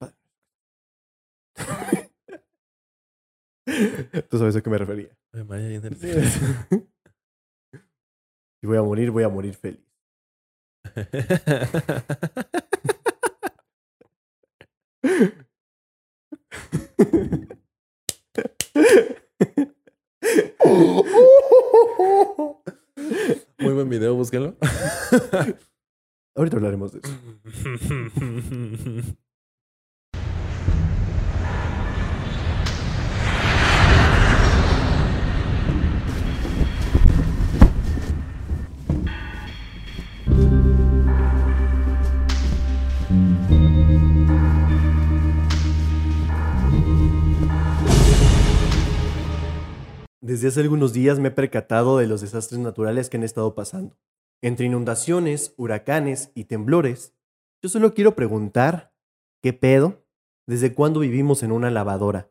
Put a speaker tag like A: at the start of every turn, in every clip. A: Tú sabes a qué me refería.
B: Me vaya bien el-
A: Si voy a morir, voy a morir feliz.
B: Muy buen video, búsquenlo.
A: Ahorita hablaremos de eso. Desde hace algunos días me he percatado de los desastres naturales que han estado pasando. Entre inundaciones, huracanes y temblores, yo solo quiero preguntar, ¿qué pedo? ¿Desde cuándo vivimos en una lavadora?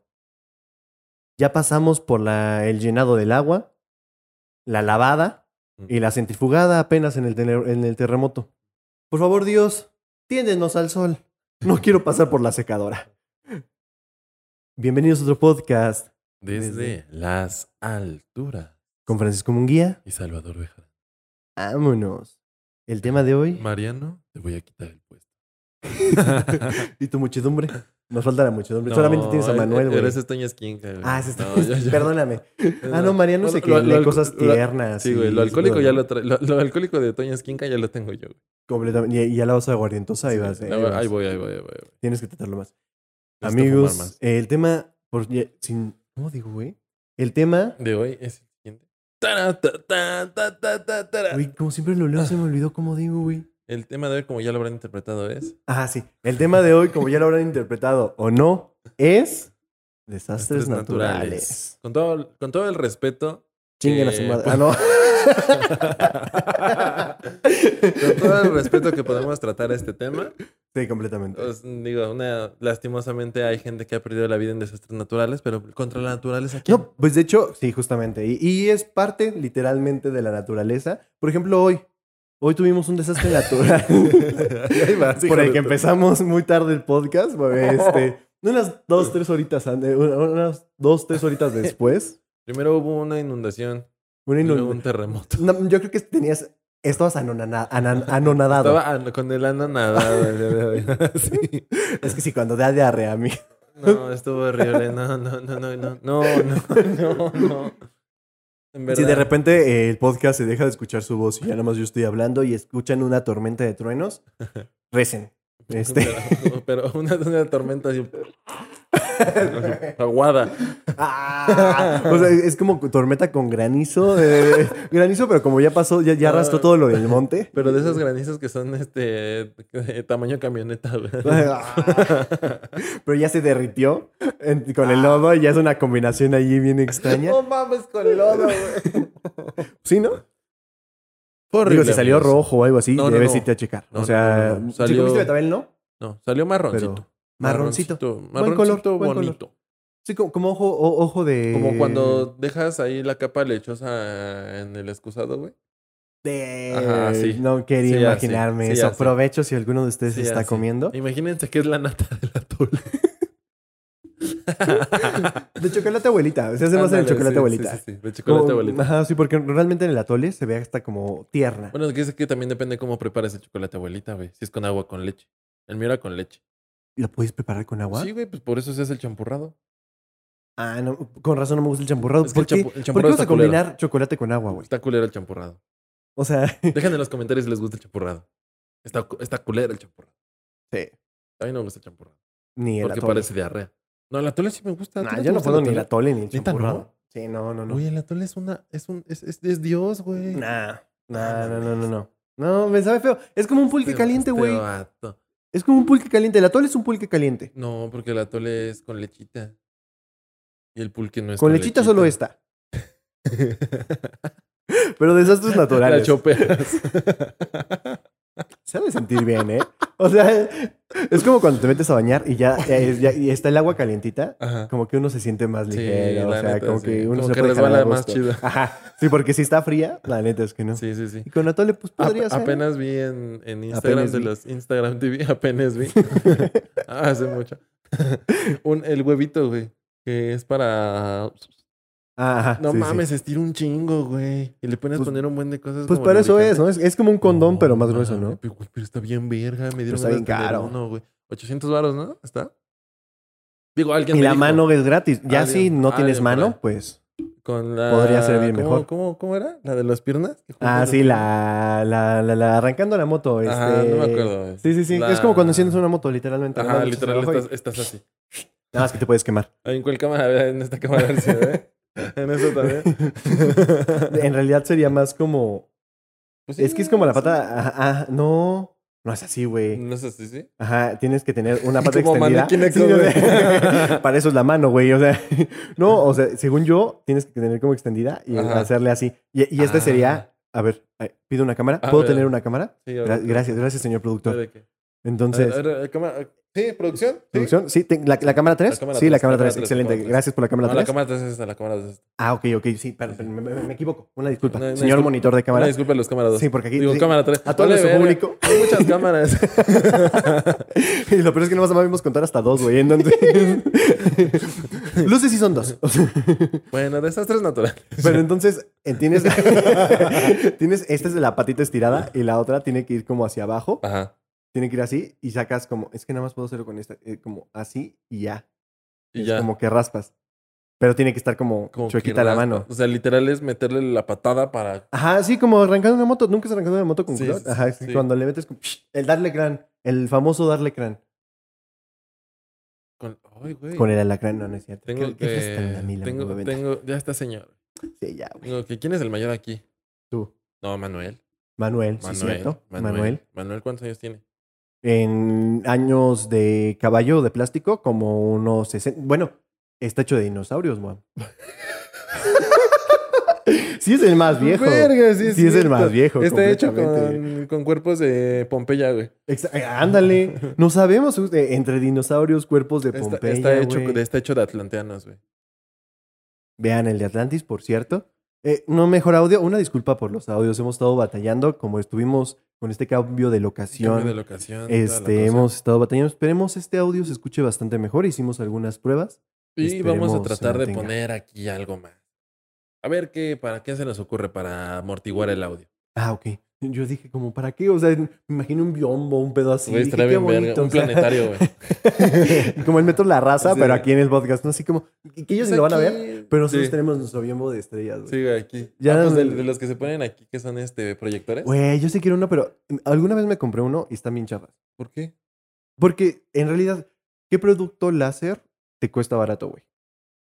A: Ya pasamos por la- el llenado del agua, la lavada y la centrifugada apenas en el, tele- en el terremoto. Por favor, Dios, tiéndenos al sol. No quiero pasar por la secadora. Bienvenidos a otro podcast
B: Desde las alturas.
A: con Francisco Munguía.
B: Y Salvador Bejar.
A: Vámonos. El tema de hoy.
B: Mariano, te voy a quitar el puesto.
A: ¿Y tu muchedumbre? Nos falta la muchedumbre. Solamente tienes
B: eh,
A: a Manuel, güey.
B: Eres estaña esquinca, güey.
A: Ah, ese está-
B: No, yo- yo-
A: Perdóname. Ah, no, Mariano
B: Lo-
A: sé que
B: lo-
A: lee
B: lo-
A: cosas
B: lo-
A: tiernas.
B: Sí, güey,
A: y-
B: lo alcohólico ya lo trae. Lo, lo alcohólico de Toña Esquinca ya lo tengo yo. güey.
A: Completamente. Y y ya la vas a aguardientosa. Ahí vas.
B: Sí,
A: eh,
B: no,
A: ahí vas.
B: ahí voy, ahí voy, ahí voy. ahí voy.
A: Tienes que tratarlo más.
B: Necesito fumar
A: Amigos,
B: más.
A: el tema. Por, ya- sin, ¿Cómo digo, güey? El tema.
B: De hoy es el siguiente. Tara, ta, ta, ta, ta, ta, tara.
A: Güey, como siempre lo leo, se me olvidó cómo digo, güey.
B: El tema de hoy, como ya lo habrán interpretado, es
A: Ah, sí. El tema de hoy, como ya lo habrán interpretado o no, es. Desastres
B: Desastres
A: naturales.
B: Con todo, con todo el respeto.
A: Chinguen a
B: que-
A: su madre. Ah, no.
B: Con todo el respeto que podemos tratar este tema,
A: Sí, completamente.
B: os digo, una, lastimosamente hay gente que ha perdido la vida en desastres naturales, pero contra la naturaleza, ¿quién?
A: No, pues de hecho, sí, justamente. Y, y es parte literalmente de la naturaleza. Por ejemplo, hoy. Hoy tuvimos un desastre natural.
B: Ahí vas, hijo
A: Por el
B: de
A: que
B: tu-
A: empezamos muy tarde el podcast. Este, unas dos, tres horitas antes, unas dos, tres horitas después.
B: Primero hubo una inundación,
A: Una
B: y
A: inund-
B: luego un terremoto.
A: No, yo creo que tenías. Estabas anonana- anan- anonadado.
B: Estaba an- con el ano nadado. el día de hoy. Sí.
A: Es que sí, cuando da diarrea a mí.
B: No, estuvo horrible. No, no, no, no, no, no, no, no, no. En
A: Si de
B: verdad.
A: repente eh, el podcast se deja de escuchar su voz y ya nada más yo estoy hablando y escuchan una tormenta de truenos, recen. Este.
B: Pero, pero una, una tormenta así. Aguada.
A: Ah, o sea, es como tormenta con granizo. eh, granizo, pero como ya pasó, ya, ya arrastró todo lo del monte.
B: Ah. Pero de esas granizas que son este de tamaño camioneta. güey.
A: Ah, Pero ya se derritió en- con
B: Ah.
A: el lodo y ya es una combinación allí bien extraña.
B: No mames con lodo, güey.
A: ¿Sí, no?
B: Fue
A: Digo,
B: horrible,
A: si salió
B: amigos.
A: rojo o algo así,
B: No, no,
A: debes
B: no.
A: irte a checar.
B: No,
A: o sea,
B: no, no, no.
A: si
B: Salió-
A: comiste betabel, no,
B: No, salió marroncito.
A: pero marroncito. Buen
B: Marroncito
A: color, buen color. Eh,
B: bonito.
A: Sí, como, como ojo, o- ojo de.
B: Como cuando dejas ahí la capa lechosa en el excusado, güey.
A: De-
B: Ajá, sí.
A: No quería
B: Sí, ya, sí.
A: imaginarme
B: Sí,
A: eso.
B: ya, sí.
A: Aprovecho si alguno de ustedes
B: Sí,
A: está
B: así.
A: comiendo.
B: Imagínense que es la nata del atole.
A: De chocolate abuelita. Se hace más en el
B: Ándale,
A: chocolate
B: sí,
A: abuelita.
B: Sí, sí, sí. De chocolate
A: Como-
B: abuelita.
A: Ajá, sí, porque realmente en el atole se ve hasta como tierna.
B: Bueno, que es que también depende cómo prepares el chocolate abuelita, güey. Si es con agua o con leche. El mío era con leche.
A: ¿Lo puedes preparar con agua?
B: Sí, güey, pues por eso se hace el champurrado.
A: Ah, no, con razón no me gusta el champurrado.
B: Es
A: ¿Por,
B: que el
A: qué?
B: champu- el
A: ¿Por qué
B: champurrado
A: vas
B: está
A: a combinar chocolate con agua,
B: culero.
A: güey?
B: Está culero el champurrado.
A: O sea, sí.
B: Dejen en los comentarios si les gusta el champurrado. Está, cu- está culero el champurrado. A mí no me gusta el champurrado.
A: Ni el
B: Porque
A: atole.
B: parece diarrea. No, el atole sí me gusta. ¿A ti
A: Nah,
B: te
A: yo no
B: gusta
A: puedo ni el
B: atole?
A: atole ni el
B: ¿Neta,
A: champurrado.
B: no?
A: Sí, no, no, no.
B: Oye, el atole es una... Es, un, es, es, es Dios, güey.
A: Nah, nah,
B: Ah,
A: no,
B: no
A: no, no,
B: mames.
A: no. No, me sabe feo. Es como un pulque
B: Este-
A: caliente,
B: este
A: güey.
B: vato.
A: Es como un pulque caliente. El atole es un pulque caliente.
B: No, porque el atole es con lechita. Y el pulque no es
A: Con lechita solo está. Pero desastres
B: La
A: naturales.
B: chopeas.
A: Se ha de sentir bien, ¿eh? O sea, es como cuando te metes a bañar y ya, eh, ya- y está el agua calientita.
B: Ajá.
A: Como que uno se siente más
B: Sí,
A: ligero. o
B: la
A: sea,
B: neta,
A: como
B: sí.
A: que uno
B: Como
A: se
B: que
A: puede jalar a
B: resbala más
A: gusto.
B: chido.
A: Ajá. Sí, porque si está fría, la neta es que no.
B: Sí, sí, sí.
A: Y con Atole, pues
B: Ap-
A: podría ser.
B: apenas vi en, en Instagram
A: Apenas
B: de
A: vi.
B: los Instagram TV, apenas vi. Ah, Hace mucho. Un, el huevito, güey. Que es para.
A: Ajá,
B: No
A: sí, sí.
B: mames, estira un chingo, güey. Y le pones
A: Pues-
B: poner un buen de cosas.
A: Pues
B: como
A: para eso es,
B: lubricante.
A: ¿no? Es, es como un condón, pero más
B: Ah,
A: grueso, ¿no?
B: Pero, güey, pero está bien verga. Me dieron
A: está
B: ganas
A: bien
B: de tener
A: caro.
B: uno, güey. 800 varos, ¿no? ¿Está? Digo, alguien
A: Y
B: me
A: la
B: dijo,
A: mano es gratis. Ya
B: Alguien-
A: si no tienes
B: alguien por ahí.
A: mano, pues.
B: Con la...
A: podría servir
B: ¿cómo-
A: mejor.
B: ¿cómo, ¿Cómo era? ¿La de las piernas?
A: Ah, sí, la, la, la, la- arrancando la moto. Este...
B: Ajá, Ah, no me acuerdo.
A: Sí, sí, sí.
B: La-
A: Es como cuando enciendes una moto, literalmente. la
B: Ajá,
A: mano echas
B: literal,
A: abajo y-
B: estás, estás así.
A: Nada más que te puedes quemar.
B: Ahí en cuál cámara, A ver, en esta cámara, ¿eh? a ver si se ve. En eso también.
A: En realidad sería más como.
B: Pues sí,
A: Es que es como la
B: sí.
A: pata. eh, Ajá, ah, no. No es así, güey.
B: No es así, sí.
A: Ajá, tienes que tener una pata
B: Mm. Como
A: extendida.
B: maniquí Neko,
A: Sí, o
B: güey.
A: sea, para eso es la mano, güey. O sea, no, o sea, según yo, tienes que tener como extendida y
B: Ajá.
A: hacerle así. Y, y este
B: Ah.
A: sería, a ver, ay, pido una cámara.
B: Ah,
A: ¿Puedo
B: mira.
A: tener una cámara?
B: sí
A: Gra-
B: ahora tú.
A: gracias, gracias, señor
B: A ver,
A: productor.
B: ¿de qué? A ver,
A: Entonces,
B: a ver, cámara- Sí, producción. ¿Sí?
A: ¿producción? Sí, te- la, la cámara 3?
B: cámara
A: sí, la
B: tres,
A: cámara
B: la cámara
A: 3.
B: tres,
A: Excelente.
B: cámara tres.
A: Gracias por la cámara
B: No, la
A: 3.
B: cámara 3 es esta, la cámara 3 es esta.
A: Ah, ok, ok, sí, perdón, perdón, me, me- me equivoco. Una disculpa.
B: No, no,
A: Señor
B: disculpa.
A: monitor de
B: Una
A: cámara.
B: disculpa a los cámaras 2.
A: Sí, porque aquí
B: Digo,
A: sí,
B: cámara 3.
A: a todo nuestro público.
B: Hay muchas cámaras.
A: Y lo peor es que nomás sabemos contar hasta dos, güey. Entonces, luces sí son dos. O sea,
B: bueno, desastres naturales.
A: Pero entonces, eh, tienes, tienes, esta es de la patita estirada y la otra tiene que ir como hacia abajo,
B: Ajá.
A: tiene que ir así y sacas como, es que nada más puedo hacerlo con esta, eh, como así y ya.
B: Y
A: Es
B: ya.
A: Como que raspas. Pero tiene que estar como,
B: Como que
A: chuequita la
B: raspa.
A: mano.
B: O sea, literal es meterle la patada para.
A: Ajá, sí, como arrancando una moto. Nunca has arrancado una moto con
B: Sí,
A: cuidado?
B: sí,
A: Ajá, es que
B: sí.
A: cuando le metes como, psh, el darle crán, el famoso darle crán.
B: Con... Ay, güey.
A: Con el alacrán, no, no es cierto.
B: Tengo
A: ¿Qué-
B: que.
A: qué eres tan mamila,
B: tengo,
A: mamá?
B: tengo. Ya está, señor.
A: Sí, ya, güey.
B: Tengo que. ¿Quién es el mayor aquí?
A: Tú.
B: No, Manuel.
A: Manuel, sí,
B: Manuel.
A: cierto.
B: Manuel.
A: Manuel.
B: Manuel, ¿cuántos años tiene?
A: En años de caballo de plástico, como unos 60. Bueno, está hecho de dinosaurios, man. sí, es el más viejo.
B: Ah, Verga, sí,
A: Sí, es el
B: cierto.
A: más viejo,
B: Está hecho
A: completamente.
B: con, con cuerpos de Pompeya, güey.
A: Exa- eh, ándale. No sabemos eh, entre dinosaurios, cuerpos de
B: Está,
A: Pompeya.
B: está hecho,
A: güey.
B: de- está hecho de atlanteanos, güey.
A: Vean el de Atlantis, por cierto. Eh, no mejor audio. Una disculpa por los audios. Hemos estado batallando, como estuvimos con este cambio de locación.
B: Cambio de locación. toda la
A: Este,
B: cosa.
A: hemos estado batallando. Esperemos este audio se escuche bastante mejor. Hicimos algunas pruebas.
B: Y vamos
A: Esperemos
B: a
A: se
B: tratar de
A: mantenga.
B: poner aquí algo más. A ver qué, para qué se nos ocurre para amortiguar el audio.
A: Ah, ok. Yo dije, como, ¿para qué? O sea, me imagino un biombo, un pedo así.
B: Güey,
A: Dije,
B: estaría
A: qué
B: bien verga,
A: bonito,
B: Un
A: o sea,
B: planetario, güey.
A: como el metro La Raza,
B: Sí.
A: pero aquí en el podcast, ¿no? Así como, que que ellos
B: Pues
A: ni lo van a ver,
B: aquí-
A: pero nosotros
B: sí,
A: tenemos nuestro biombo de estrellas, güey.
B: Sí, güey, aquí.
A: Ya-
B: Ah, pues, de, de los que se ponen aquí, que son este proyectores.
A: Güey, yo sí quiero uno, pero em, alguna vez me compré uno y están bien chafas.
B: ¿Por qué?
A: Porque, en realidad, ¿qué producto láser te cuesta barato, güey?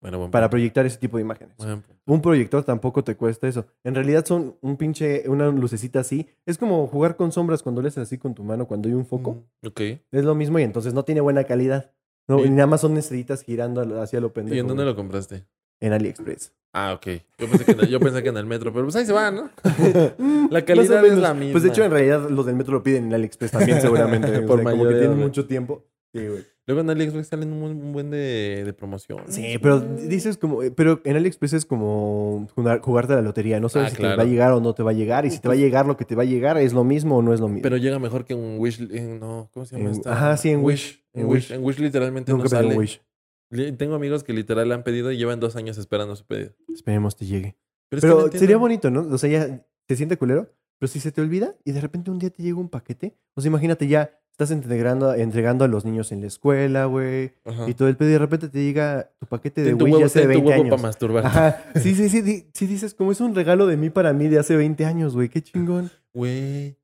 B: Bueno, buen
A: Para
B: punto.
A: proyectar ese tipo de imágenes.
B: Buen punto.
A: Un proyector tampoco te cuesta eso. En realidad son un pinche, una lucecita así. Es como jugar con sombras cuando le haces así con tu mano, cuando hay un foco.
B: Mm, Ok. ¿Y
A: Es lo mismo y entonces no tiene buena calidad. No,
B: Sí.
A: y nada más son necesitas girando al- hacia lo pendejo.
B: en dónde
A: güey.
B: lo compraste?
A: En AliExpress.
B: Ah, ok. Yo pensé que en el, yo pensé que en el metro, pero pues ahí se va, ¿no? La
A: Más
B: calidad
A: o
B: es
A: menos.
B: la
A: Pues de
B: misma.
A: hecho, en realidad los del metro lo piden en AliExpress también, seguramente. güey. O
B: Por
A: sea, como que
B: mayoría,
A: tienen
B: güey.
A: mucho tiempo. Sí, güey.
B: Luego en AliExpress salen un, buen- un buen de, de promoción. Mm.
A: Sí, pero dices como, eh, pero en AliExpress es como jugar- jugarte a la lotería, no sabes
B: Ah,
A: si te
B: claro.
A: va a llegar o no te va a llegar, y si te va a llegar lo que te va a llegar es lo mismo o no es lo mismo.
B: Pero llega mejor que un Wish. en- no, ¿cómo se llama
A: En-
B: esta?
A: ajá, sí, en Wish,
B: En
A: en
B: Wish,
A: Wish.
B: en Wish literalmente
A: Nunca
B: no
A: pedí un
B: sale.
A: Wish.
B: Li- Tengo amigos que literal han pedido y llevan dos años esperando su pedido.
A: Esperemos te llegue.
B: Pero, es que no
A: Pero
B: entiendo.
A: sería bonito, ¿no? O sea, ya te siente culero, pero si se te olvida y de repente un día te llega un paquete, o sea, imagínate ya estás integrando, entregando a los niños en la escuela, güey,
B: Ajá.
A: y todo el pedo, y de repente te llega tu paquete de
B: Ah. Ten tu
A: Wish de
B: huevo,
A: hace
B: ten tu
A: 20
B: huevo para
A: años.
B: masturbarte.
A: Ajá, sí, sí, sí, di- sí dices, como es un regalo de mí para mí de hace 20 años, güey, qué chingón.
B: Güey.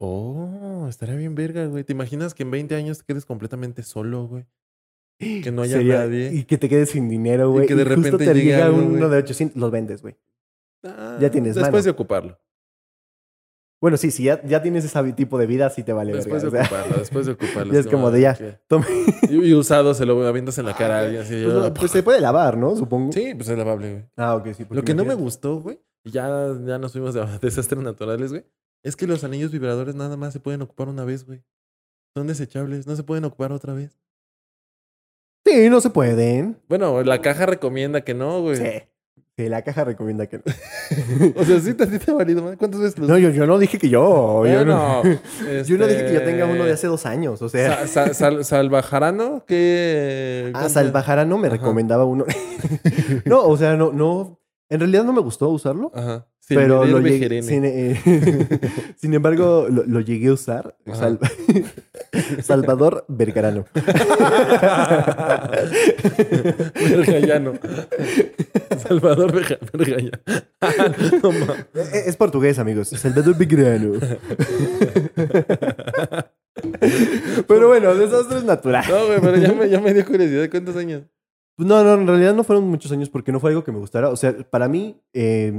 B: Oh, estaría bien verga, güey. ¿Te imaginas que en 20 años te quedes completamente solo, güey? Que no haya
A: Sería-
B: nadie.
A: Y que te quedes sin dinero,
B: Y
A: güey. Y
B: que de
A: justo
B: repente
A: te
B: llegue
A: llega
B: algo,
A: uno
B: güey.
A: de 800, los vendes, güey.
B: Ah,
A: ya tienes
B: Después
A: mano.
B: de ocuparlo.
A: Bueno, sí, si ya, ya tienes ese tipo de vida, sí te vale
B: Después de
A: verga, o sea.
B: ocuparlo, después de ocuparlo.
A: Ya es como de ya,
B: que-
A: toma.
B: Y, y usado, se lo avientas en la cara a alguien. Así, "Ah,
A: Pues, no, pues se puede lavar, ¿no? Supongo.
B: Sí, pues es lavable, güey.
A: Ah, ok, sí.
B: Lo que no me gustó, güey, y ya, ya nos fuimos a desastres naturales, güey, es que los anillos vibradores nada más se pueden ocupar una vez, güey. Son desechables, no se pueden ocupar otra vez.
A: Sí, no se pueden.
B: Bueno, la caja recomienda que no, güey.
A: Sí. Que la caja recomienda que no.
B: O sea, sí, te, sí te ha valido madre. ¿Cuántas veces los
A: No, yo, yo no dije que yo. Yo no,
B: Bueno,
A: yo no dije que yo
B: este,
A: tenga uno de hace dos años. O sea,
B: sa- sa- sal- salvajarano, que.
A: ah, Salvajarano me
B: Ajá.
A: recomendaba uno. no, o sea, no, no. En realidad no me gustó usarlo.
B: Ajá.
A: pero
B: Silverio
A: lo llegué-
B: Bejerene.
A: sin, eh, sin embargo, lo, lo llegué a usar.
B: Ajá.
A: Sal- Salvador Vergarano.
B: Vergallano. Salvador Verga- Vergallano. No mames.
A: Es, E, es portugués, amigos. Salvador Vergarano. Pero bueno, desastres naturales.
B: No, güey, pero ya me, ya me dio curiosidad. ¿Cuántos años?
A: No, no, en realidad no fueron muchos años porque no fue algo que me gustara. O sea, para mí eh,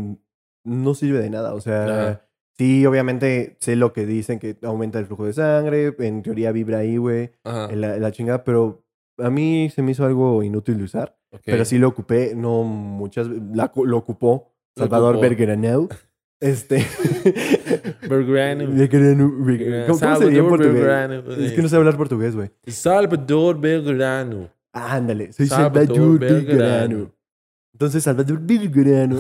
A: no sirve de nada. O sea,
B: Ajá.
A: sí, obviamente sé lo que dicen que aumenta el flujo de sangre. En teoría vibra ahí, güey.
B: Ajá.
A: La, la chingada, pero a mí se me hizo algo inútil de usar.
B: Ok.
A: Pero sí lo ocupé, no muchas ve- la, cu- lo ocupó
B: Lo
A: Salvador
B: ocupó.
A: Bergeraneu. Este.
B: Vergallano.
A: Bergeraneu, Bergeraneu. ¿Cómo, cómo sería en
B: Salvador este.
A: portugués?
B: Vergallano.
A: Es que no sé hablar portugués, güey.
B: Salvador Belgrano.
A: Ah, ándale, soy
B: Salvador
A: Salvador, Bergerano.
B: Bergerano.
A: Entonces, Salvador Bergerano.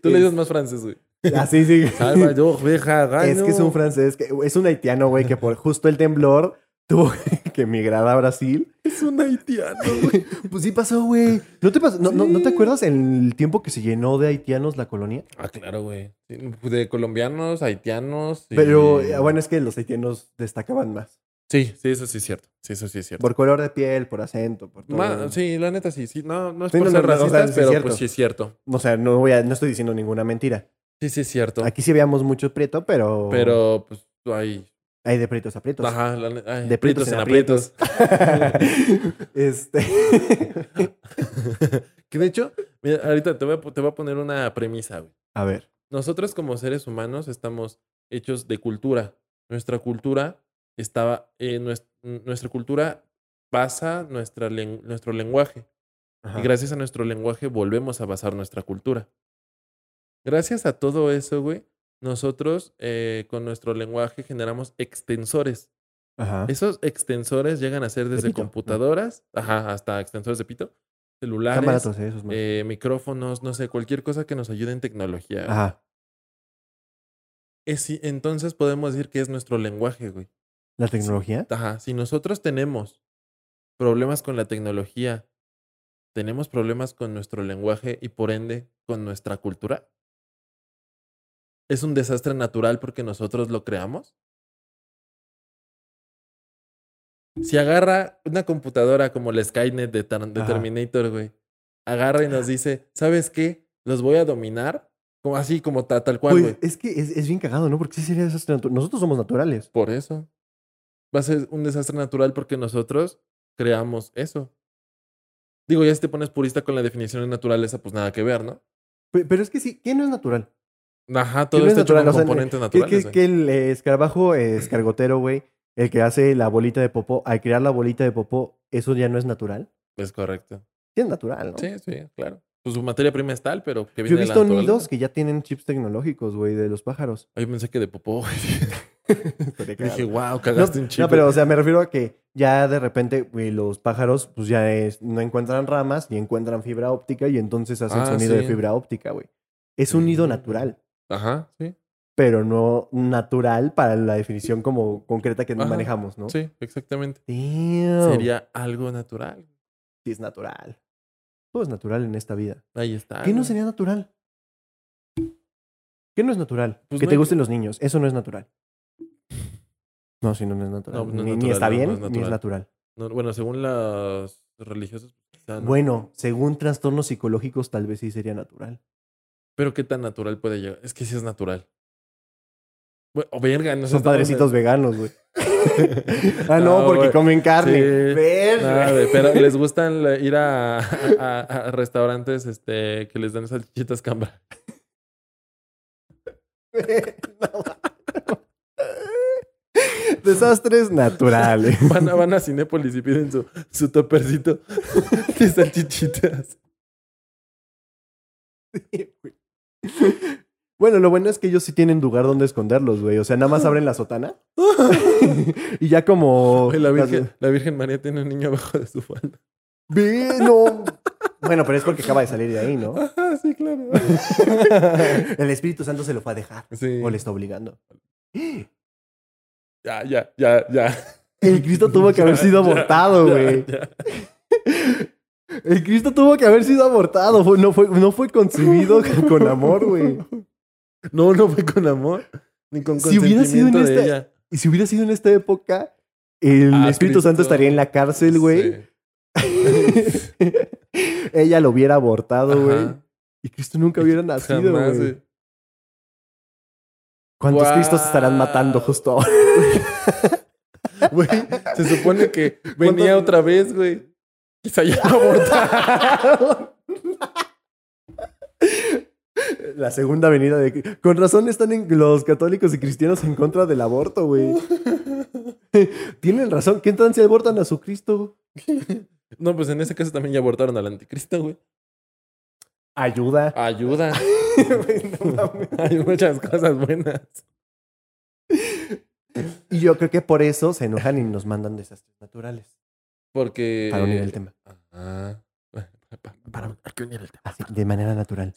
B: Tú le dices más francés, güey.
A: Así, Ah, sí.
B: Salvador Vergallano.
A: Es que es un francés, que, es un haitiano, güey, que por justo el temblor tuvo que emigrar a Brasil.
B: Es un haitiano, güey.
A: Pues sí pasó, güey. ¿No te, pasó? ¿No, no, ¿No te
B: Sí.
A: acuerdas el tiempo que se llenó de haitianos la colonia?
B: Ah, claro, güey. Sí, De colombianos, haitianos. y-
A: Pero eh, bueno, es que los haitianos destacaban más.
B: Sí, sí, eso sí es cierto. Sí, eso sí es cierto.
A: Por color de piel, por acento, por todo.
B: Ma- sí, la neta sí, sí. No, no es
A: Sí,
B: por
A: no, no,
B: ser
A: no, o sea,
B: racistas,
A: sí es
B: pero
A: cierto.
B: pues sí es cierto.
A: O sea, no, voy a, no estoy diciendo ninguna mentira.
B: Sí, sí es cierto.
A: Aquí sí veíamos mucho prieto, pero,
B: Pero pues hay...
A: hay de prietos a prietos.
B: Ajá, la neta, ay,
A: de prietos
B: aprietos
A: en
B: en aprietos.
A: este,
B: que de hecho, mira, ahorita te voy, a, po- te voy a poner una premisa, güey.
A: a ver,
B: Nosotros como seres humanos estamos hechos de cultura. Nuestra cultura estaba... eh, nues- nuestra, cultura basa nuestra len- nuestro lenguaje.
A: ajá,
B: Y gracias a nuestro lenguaje volvemos a basar nuestra cultura. Gracias a todo eso, güey, nosotros eh, con nuestro lenguaje generamos extensores.
A: ajá.
B: Esos extensores llegan a ser desde
A: Ah. pito, ¿no?
B: computadoras, ajá, hasta extensores de pito, celulares,
A: Están baratos, eh, esos más.
B: eh, micrófonos, no sé, cualquier cosa que nos ayude en tecnología. güey.
A: Ajá.
B: Es si- entonces podemos decir que es nuestro lenguaje, güey.
A: ¿La tecnología?
B: Ajá, si nosotros tenemos problemas con la tecnología, tenemos problemas con nuestro lenguaje y por ende con nuestra cultura. ¿Es un desastre natural porque nosotros lo creamos? Si agarra una computadora como la Skynet de, Tar- de
A: Ajá.
B: Terminator, güey, agarra y nos dice, ¿sabes qué? Los voy a dominar, como así, como ta- tal cual,
A: Pues,
B: güey.
A: es que es, es bien cagado, ¿no? Porque sí sería desastre natural. Nosotros somos naturales.
B: Por eso. Va a ser un desastre natural porque nosotros creamos eso. Digo, ya si te pones purista con la definición de naturaleza, pues nada que ver, ¿no?
A: Pe- Pero es que sí, ¿qué no es natural?
B: Ajá,
A: Sí,
B: todo
A: no es
B: está hecho
A: natural,
B: con
A: o sea,
B: componentes
A: Que,
B: naturales.
A: que-
B: güey.
A: que el eh, escarabajo eh, escargotero, güey, el que hace la bolita de popó, al crear la bolita de popó, eso ya no es natural.
B: Es correcto.
A: Sí es natural, ¿no?
B: Sí, sí, claro. Pues su materia prima es tal, pero que viene
A: Yo he
B: de la
A: visto
B: naturaleza.
A: nidos que ya tienen chips tecnológicos, güey, de los pájaros.
B: Ay, Yo pensé que de popó, güey.
A: Estaría
B: Dije,
A: cagado.
B: wow,
A: no,
B: cagaste un chip.
A: no, pero o sea, me refiero a que ya de repente güey, los pájaros pues ya es- no encuentran ramas ni encuentran fibra óptica y entonces hacen
B: Ah,
A: sonido de
B: sí.
A: fibra óptica, güey. Es un nido
B: Mm.
A: natural,
B: Ajá, sí.
A: pero no natural para la definición como concreta que
B: Ajá.
A: manejamos, ¿no?
B: Sí, exactamente.
A: Damn.
B: Sería algo natural.
A: Sí, es natural. Todo es natural en esta vida.
B: Ahí está.
A: ¿Qué no
B: güey.
A: sería natural? ¿Qué no es natural?
B: Pues
A: que
B: no
A: te
B: hay-
A: gusten los niños. Eso no es natural. No, sí, no, no es natural.
B: No, no es
A: ni, ni
B: natural,
A: está
B: no, no
A: bien,
B: es
A: ni es
B: natural.
A: natural.
B: No, bueno, según las religiosas, pues, quizá no.
A: Bueno, según trastornos psicológicos, tal vez sí sería natural.
B: Pero qué tan natural puede llegar. Es que sí es natural. Pues Bueno, o verga, no
A: Son padrecitos veganos, güey. ah, no, porque
B: güey.
A: comen carne.
B: Sí.
A: Ver,
B: Nada,
A: güey.
B: güey, Ah, pero les gustan la- ir a, a- a restaurantes este, que les dan salchichitas cambra.
A: No. Desastres naturales.
B: Van a, van a Cinépolis y piden su, su topercito de salchichitas.
A: Bueno, lo bueno es que ellos sí tienen lugar donde esconderlos, güey. O sea, nada más abren la sotana. y ya como.
B: Güey, la, virgen, la Virgen María tiene un niño abajo de su falda.
A: Ve, no. Bueno, pero es porque acaba de salir de ahí, ¿no?
B: Ajá, sí, claro.
A: El Espíritu Santo se lo fue a dejar.
B: Sí.
A: O le está obligando.
B: Ya, ya, ya, ya.
A: El Cristo tuvo que haber
B: Ya,
A: sido
B: ya,
A: abortado,
B: ya,
A: güey.
B: ya.
A: El Cristo tuvo que haber sido abortado. Fue- no, fue, no fue concebido con amor, güey.
B: No, no fue con amor. Ni con
A: Si
B: consentimiento
A: hubiera sido en
B: de
A: esta-
B: ella.
A: Y si hubiera sido en esta época, el
B: Ah,
A: Espíritu Santo
B: Cristo.
A: estaría en la cárcel, güey. Ella lo hubiera abortado, güey.
B: Ajá.
A: Y Cristo nunca hubiera nacido,
B: Jamás,
A: güey.
B: güey.
A: ¿Cuántos
B: Guau.
A: Cristos estarán matando justo ahora?
B: Güey, se supone que venía
A: ¿Cuántos-
B: otra vez, güey. Quizá ya lo abortaron.
A: La segunda venida de... Con razón están en- los católicos y cristianos en contra del aborto, güey. Tienen razón. ¿Qué tal si abortan a su Cristo?
B: No, pues en ese caso también ya abortaron al anticristo, güey.
A: Ayuda.
B: Ah. Ayuda.
A: Güey, no mames.
B: Hay muchas cosas buenas.
A: y yo creo que por eso se enojan y nos mandan desastres naturales.
B: Porque.
A: Para unir el tema.
B: Ajá. Para, hay que unir el tema.
A: Así, de manera natural.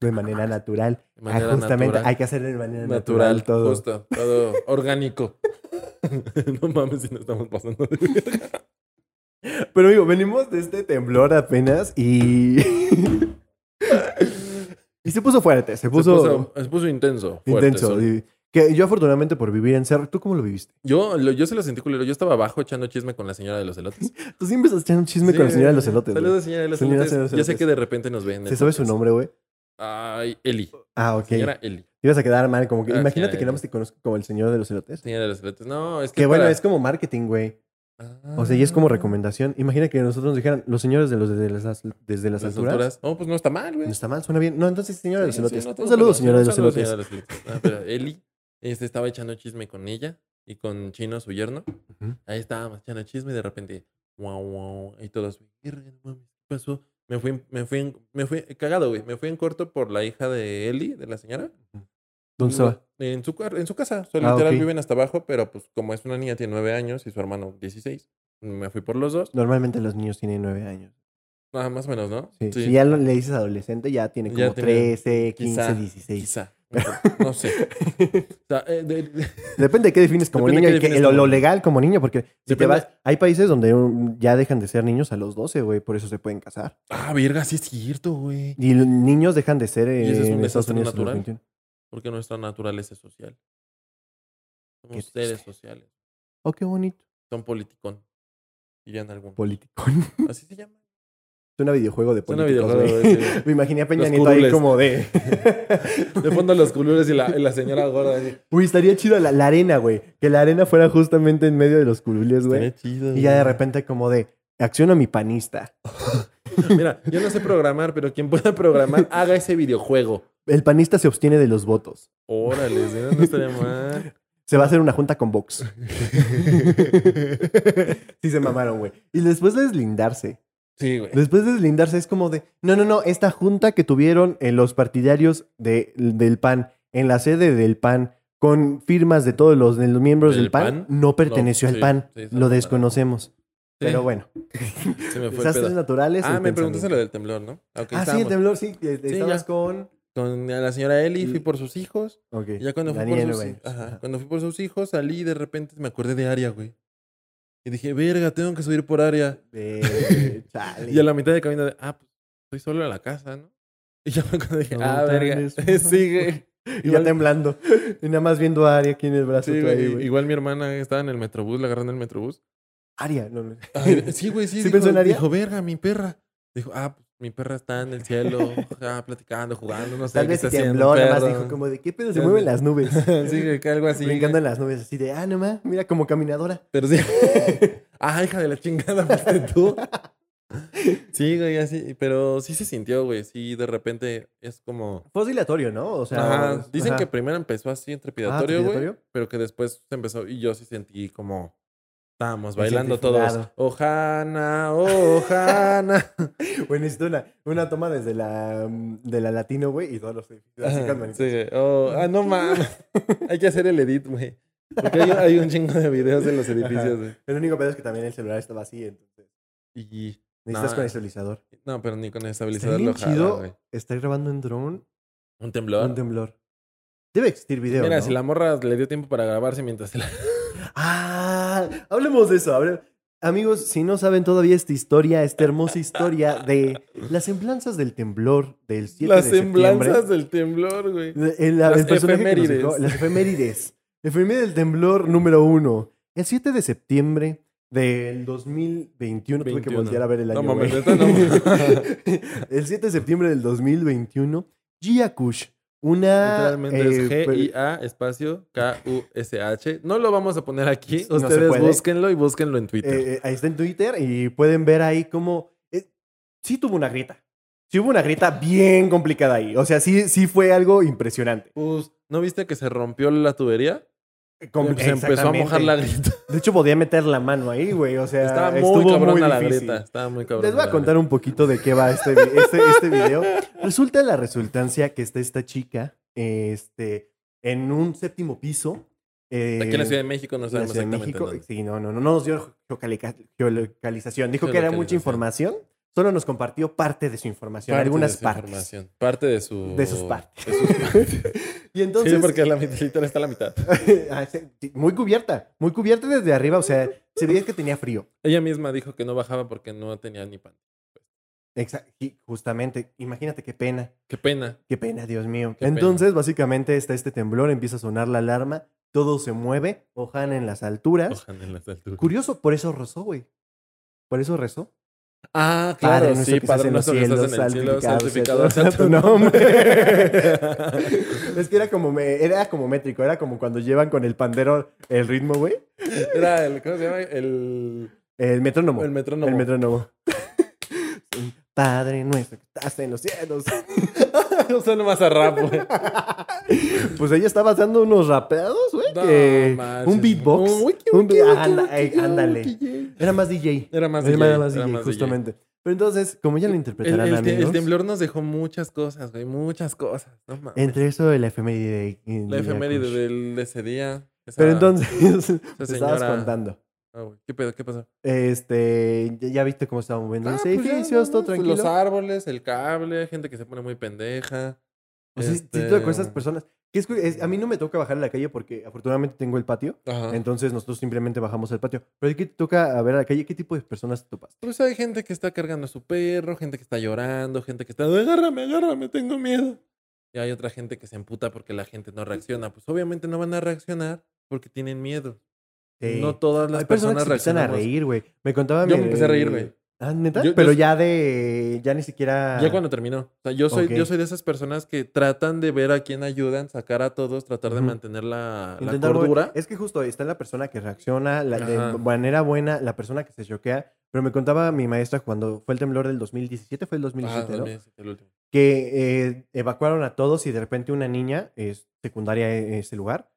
A: De manera natural.
B: De
A: Ah,
B: manera
A: justamente
B: natural.
A: hay que hacer de manera natural,
B: natural,
A: todo.
B: Justo, todo orgánico. no mames si no estamos pasando de verga.
A: Pero digo, venimos de este temblor apenas y. y se puso fuerte, se
B: Se
A: puso,
B: puso- se puso intenso. fuerte,
A: intenso.
B: solo.
A: y- que yo, afortunadamente, por vivir en Cerro, ¿tú cómo lo viviste?
B: Yo, lo- yo se lo sentí culero. Yo estaba abajo echando chisme con la señora de los elotes.
A: Tú siempre estás echando un chisme con la señora de los elotes. güey.
B: Saludos, señora de los
A: Señora
B: elotes.
A: de los
B: Ya sé
A: elotes.
B: que de repente nos ven.
A: ¿Se sabe su nombre, güey?
B: Ay, Eli.
A: Ah, ok.
B: Señora Eli.
A: Ibas a quedar mal, como que.
B: Ah,
A: imagínate
B: señora,
A: que nada más te conozco como el señor de los elotes.
B: Señora de los elotes. No, es que.
A: Que bueno,
B: para-
A: es como marketing, güey. O sea, y es como recomendación. Imagina que nosotros nos dijeran los señores de los desde las, desde las,
B: Las
A: alturas.
B: alturas. No, pues no está mal, güey.
A: No está mal, suena bien. No, entonces, señora de los
B: Sí,
A: elotes.
B: sí, no
A: un
B: tengo
A: saludo,
B: problema.
A: señora de los
B: Saludos,
A: elotes.
B: señora de los elotes. Ah, pero Eli este, estaba echando chisme con ella y con Chino, su yerno.
A: Ujú.
B: Ahí estábamos echando chisme y de repente, wow, wow. Y todos, "Verga, no mames, ¿qué pasó? Me fui, en- me fui, en- me fui cagado, güey. Me fui en corto por la hija de Eli, de la señora.
A: ¿Dónde estaba?
B: En su, cuar- en su casa. O sea,
A: Ah,
B: literal
A: ok.
B: viven hasta abajo, pero pues como es una niña, tiene nueve años y su hermano 16. Me fui por los dos.
A: Normalmente los niños tienen nueve años.
B: Nada más o menos, ¿no?
A: Sí. Si ya lo- le dices adolescente, ya tiene como
B: Ya tiene-
A: 13, 15,
B: quizá,
A: 16.
B: Quizá. No sé. O sea, eh, de- de-
A: Depende de qué defines como
B: Depende de
A: niño
B: qué
A: y que-
B: defines
A: lo,
B: como
A: lo
B: niño.
A: legal como niño, porque si te
B: Depende-
A: vas, hay países donde um, ya dejan de ser niños a los 12, güey, por eso se pueden casar.
B: Ah, verga, sí es cierto, güey.
A: Y los niños dejan de ser eh,
B: ¿Y ese es un
A: en Estados
B: desastre
A: Unidos a los
B: natural?
A: 21.
B: Porque nuestra naturaleza es social. Somos
A: Qué
B: seres
A: triste.
B: sociales.
A: Oh, qué bonito.
B: Son politicón. Dirían algunos.
A: Politicón.
B: Así se llama.
A: Suena a videojuego de
B: Suena a
A: políticos,
B: videojuego,
A: güey.
B: sí.
A: Me imaginé a Peña
B: Los
A: Nieto ahí
B: curules.
A: como de...
B: De fondo los colores y la, y la señora gorda. así.
A: Uy, estaría chido la, la arena, güey. Que la arena fuera justamente en medio de los curules, güey.
B: Estaría chido,
A: Y ya de
B: güey.
A: repente como de, acciono a mi panista.
B: Mira, yo no sé programar, pero quien pueda programar, haga ese videojuego.
A: El panista se obstiene de los votos.
B: Órale, no, no estaría mal.
A: Se va a hacer una junta con Vox. sí se mamaron, güey. Y después de deslindarse.
B: Sí, güey.
A: Después de deslindarse es como de, no, no, no, esta junta que tuvieron eh, los partidarios de- del PAN en la sede del PAN con firmas de todos los, de los miembros
B: ¿Del
A: del PAN,
B: PAN?
A: no perteneció
B: No,
A: al
B: sí,
A: PAN.
B: sí, eso no
A: Lo
B: para.
A: desconocemos. Pero bueno,
B: Se me fue el
A: desastres
B: pedo.
A: naturales.
B: Ah,
A: el
B: me preguntaste
A: pensamiento.
B: lo del temblor, ¿no? Ah, ok,
A: Ah, sí,
B: estábamos
A: el temblor, sí. que Estabas
B: ya.
A: con...
B: Con la señora Eli,
A: Y-
B: fui por sus hijos.
A: Ok.
B: Y ya cuando
A: la
B: fui,
A: niña
B: por
A: de
B: sus,
A: nueve años.
B: ajá,
A: Ajá.
B: cuando fui por sus hijos, salí y de repente me acordé de Aria, güey. Y dije, verga, tengo que subir por Aria.
A: Eh, chale.
B: Y a la mitad de camino, de, ah, pues estoy solo en la casa, ¿no? Y ya me acordé, dije,
A: No
B: ah, verga,
A: mames, no.
B: sigue.
A: Y ya
B: Igual-
A: temblando. Y nada más viendo a Aria aquí en el brazo.
B: Sí,
A: tú ahí,
B: güey,
A: güey.
B: Igual mi hermana estaba en el metrobús, la agarrando en el metrobús.
A: Aria, no, no.
B: Ay, sí, güey, sí.
A: ¿Sí
B: dijo,
A: pensó en Aria?
B: Dijo, verga, mi perra. Dijo, ah, pues, mi perra está en el cielo, ah, platicando, jugando, no sé.
A: Tal
B: qué
A: vez
B: está
A: si
B: haciendo,
A: tembló, nada más
B: perro".
A: dijo como de qué pedo se
B: Ya
A: mueven
B: sé.
A: las nubes.
B: sí, güey, que algo así.
A: Brincando en las nubes, así de, ah, nomás, mira como caminadora.
B: Pero sí. ah, hija de la chingada, fuiste tú. Sí, güey, así. Pero sí se sintió, güey. Sí, de repente es como.
A: Fue oscilatorio, ¿no? O sea,
B: Ajá. Dicen
A: ajá.
B: que primero empezó así en
A: Ah,
B: trepidatorio, güey.
A: trepidatorio.
B: Pero que después se empezó. Y yo sí sentí como. Estábamos
A: Me
B: bailando
A: sentí
B: todos.
A: fulado.
B: Ojana, ojana.
A: Güey, necesito una, una toma desde la, mm, de la latino, güey, y todos los edificios así con manitas.
B: Sí, güey. Oh, ah, no mames. Hay que hacer el edit, güey. Porque hay, hay un chingo de videos de los
A: Ajá.
B: edificios, güey.
A: El único pedo es que también el celular estaba así, entonces.
B: Y
A: Necesitas
B: No,
A: con estabilizador.
B: No, pero ni con
A: Está
B: estabilizador
A: bien
B: lo jala,
A: chido
B: güey.
A: estar grabando en drone
B: Un temblor.
A: un temblor. Debe existir video,
B: Mira,
A: ¿no?
B: si la morra le dio tiempo para grabarse mientras se la...
A: ¡Ah! Hablemos de eso. hable- Amigos, si no saben todavía esta historia, esta hermosa historia de las semblanzas del temblor del 7
B: Las
A: de septiembre.
B: semblanzas del temblor, güey.
A: El, el
B: Las
A: Eh, personaje que nos
B: efemérides.
A: dejó- las efemérides. Efeméride del temblor número uno. El 7 de septiembre del 2021. Tuve que
B: 21.
A: voltear a ver el
B: No
A: año.
B: mames,
A: güey.
B: neta, no mames.
A: el 7 de septiembre del 2021, Gia Kush, una...
B: Literalmente
A: eh,
B: es
A: per-
B: G-I-A espacio K-U-S-H. No lo vamos a poner aquí.
A: No se
B: Ustedes
A: puede.
B: búsquenlo y búsquenlo en Twitter.
A: eh, eh, ahí está en Twitter y pueden ver ahí cómo... eh, sí tuvo una grita. Sí hubo una grita bien complicada ahí. O sea, sí, sí fue algo impresionante.
B: Pues, ¿no viste que se rompió la tubería?
A: Com-
B: se empezó a mojar la grieta.
A: De hecho, podía meter la mano ahí, güey. O sea,
B: Estaba muy
A: estuvo
B: cabrona
A: muy
B: la
A: difícil.
B: grieta. Estaba muy cabrona.
A: Les voy a
B: la
A: contar un poquito de qué va este, vi- este, este video. Resulta la resultancia que está esta chica este, en un séptimo piso. eh,
B: grieta. Aquí en la Ciudad de México
A: en
B: no
A: la
B: sabemos
A: Ciudad de
B: exactamente
A: México. eh,
B: dónde.
A: Sí, no, no, no, no nos dio geocalica- geolocalización. Dijo que era mucha
B: Geolocalización.
A: información. Solo nos compartió parte de su información,
B: Parte
A: algunas
B: de su
A: partes.
B: información. Parte de su...
A: De sus partes.
B: de sus partes.
A: Y entonces.
B: sí, porque la mitad literal está a la mitad.
A: Ah, sí, sí, muy cubierta, muy cubierta desde arriba. O sea, se veía que tenía frío.
B: Ella misma dijo que no bajaba porque no tenía ni pan.
A: Exa- y justamente, imagínate qué pena.
B: Qué pena.
A: Qué pena, Dios mío.
B: Qué
A: Entonces, básicamente está este temblor, empieza a sonar la alarma, todo se mueve, ojan en las alturas.
B: Ojalá en las alturas.
A: Curioso, por eso rezó, güey. Por eso rezó.
B: Ah,
A: Padre
B: claro,
A: nuestro
B: sí,
A: que
B: Padre nuestro que estás en el cielo, santificado sea tu nombre.
A: es que era como, me- era como métrico, era como cuando llevan con el pandero el ritmo, güey.
B: Era el, ¿cómo se llama? El,
A: El metrónomo.
B: el
A: El
B: metrónomo.
A: metrónomo. Padre nuestro que estás en los cielos.
B: o sea, nomás a rap, güey.
A: Pues ella estaba dando unos rapeados, güey.
B: No
A: que-
B: manches.
A: Eh, un beatbox.
B: Un wiki,
A: un
B: wiki,
A: be-
B: wiki,
A: anda-
B: wiki,
A: ay,
B: wiki,
A: ándale.
B: wiki.
A: Era más DJ.
B: Era más
A: Era
B: DJ,
A: más
B: era
A: DJ,
B: más DJ.
A: justamente. Pero entonces, como ya lo
B: El,
A: interpretarán
B: el te- el
A: amigos,
B: temblor nos dejó muchas cosas, güey. Muchas cosas. No mames.
A: entre eso y la efeméride. de-
B: La
A: de
B: efeméride
A: Yakush.
B: del, de ese día. esa-
A: Pero entonces,
B: esa
A: te estabas
B: señora-
A: contando.
B: Ah, güey, ¿Qué pedo? ¿Qué pasó?
A: Este, ya- ya viste cómo estaban moviendo
B: Ah,
A: los
B: pues ya,
A: edificios,
B: no
A: todo
B: mames,
A: tranquilo.
B: Los árboles, el cable, gente que se pone muy pendeja.
A: o sea, sí, sí,
B: este,
A: te acuerdas esas personas. que es cu- es- a mí no me toca bajar a la calle porque afortunadamente tengo el patio.
B: Ajá.
A: Entonces nosotros simplemente bajamos al patio. Pero es que te toca a ver a la calle qué tipo de personas te topas.
B: Pues hay gente que está cargando a su perro, gente que está llorando, gente que está, agárrame, agárrame, tengo miedo. Y hay otra gente que se emputa porque la gente no reacciona. Pues obviamente no van a reaccionar porque tienen miedo.
A: Sí.
B: No todas las
A: Hay personas, que se empiezan a
B: reaccionan
A: reír, güey. Me contaba
B: Yo
A: mi-
B: me empecé a reír, güey.
A: Ah, neta.
B: Yo- yo-
A: Pero ya de. Ya ni siquiera.
B: Ya cuando terminó. O sea, yo
A: Ah.
B: soy,
A: Ok.
B: yo soy de esas personas que tratan de ver a quién ayudan, sacar a todos, tratar de
A: Ujú.
B: mantener la, la
A: Intentar mover-
B: cordura.
A: Es que justo está la persona que reacciona la, de
B: Ajá.
A: manera buena, la persona que se choquea. Pero me contaba mi maestra cuando fue el temblor del 2017, fue el
B: Ajá,
A: 2017, ¿no?
B: también, sí, el último.
A: Que eh, evacuaron a todos y de repente una niña, es secundaria en ese lugar,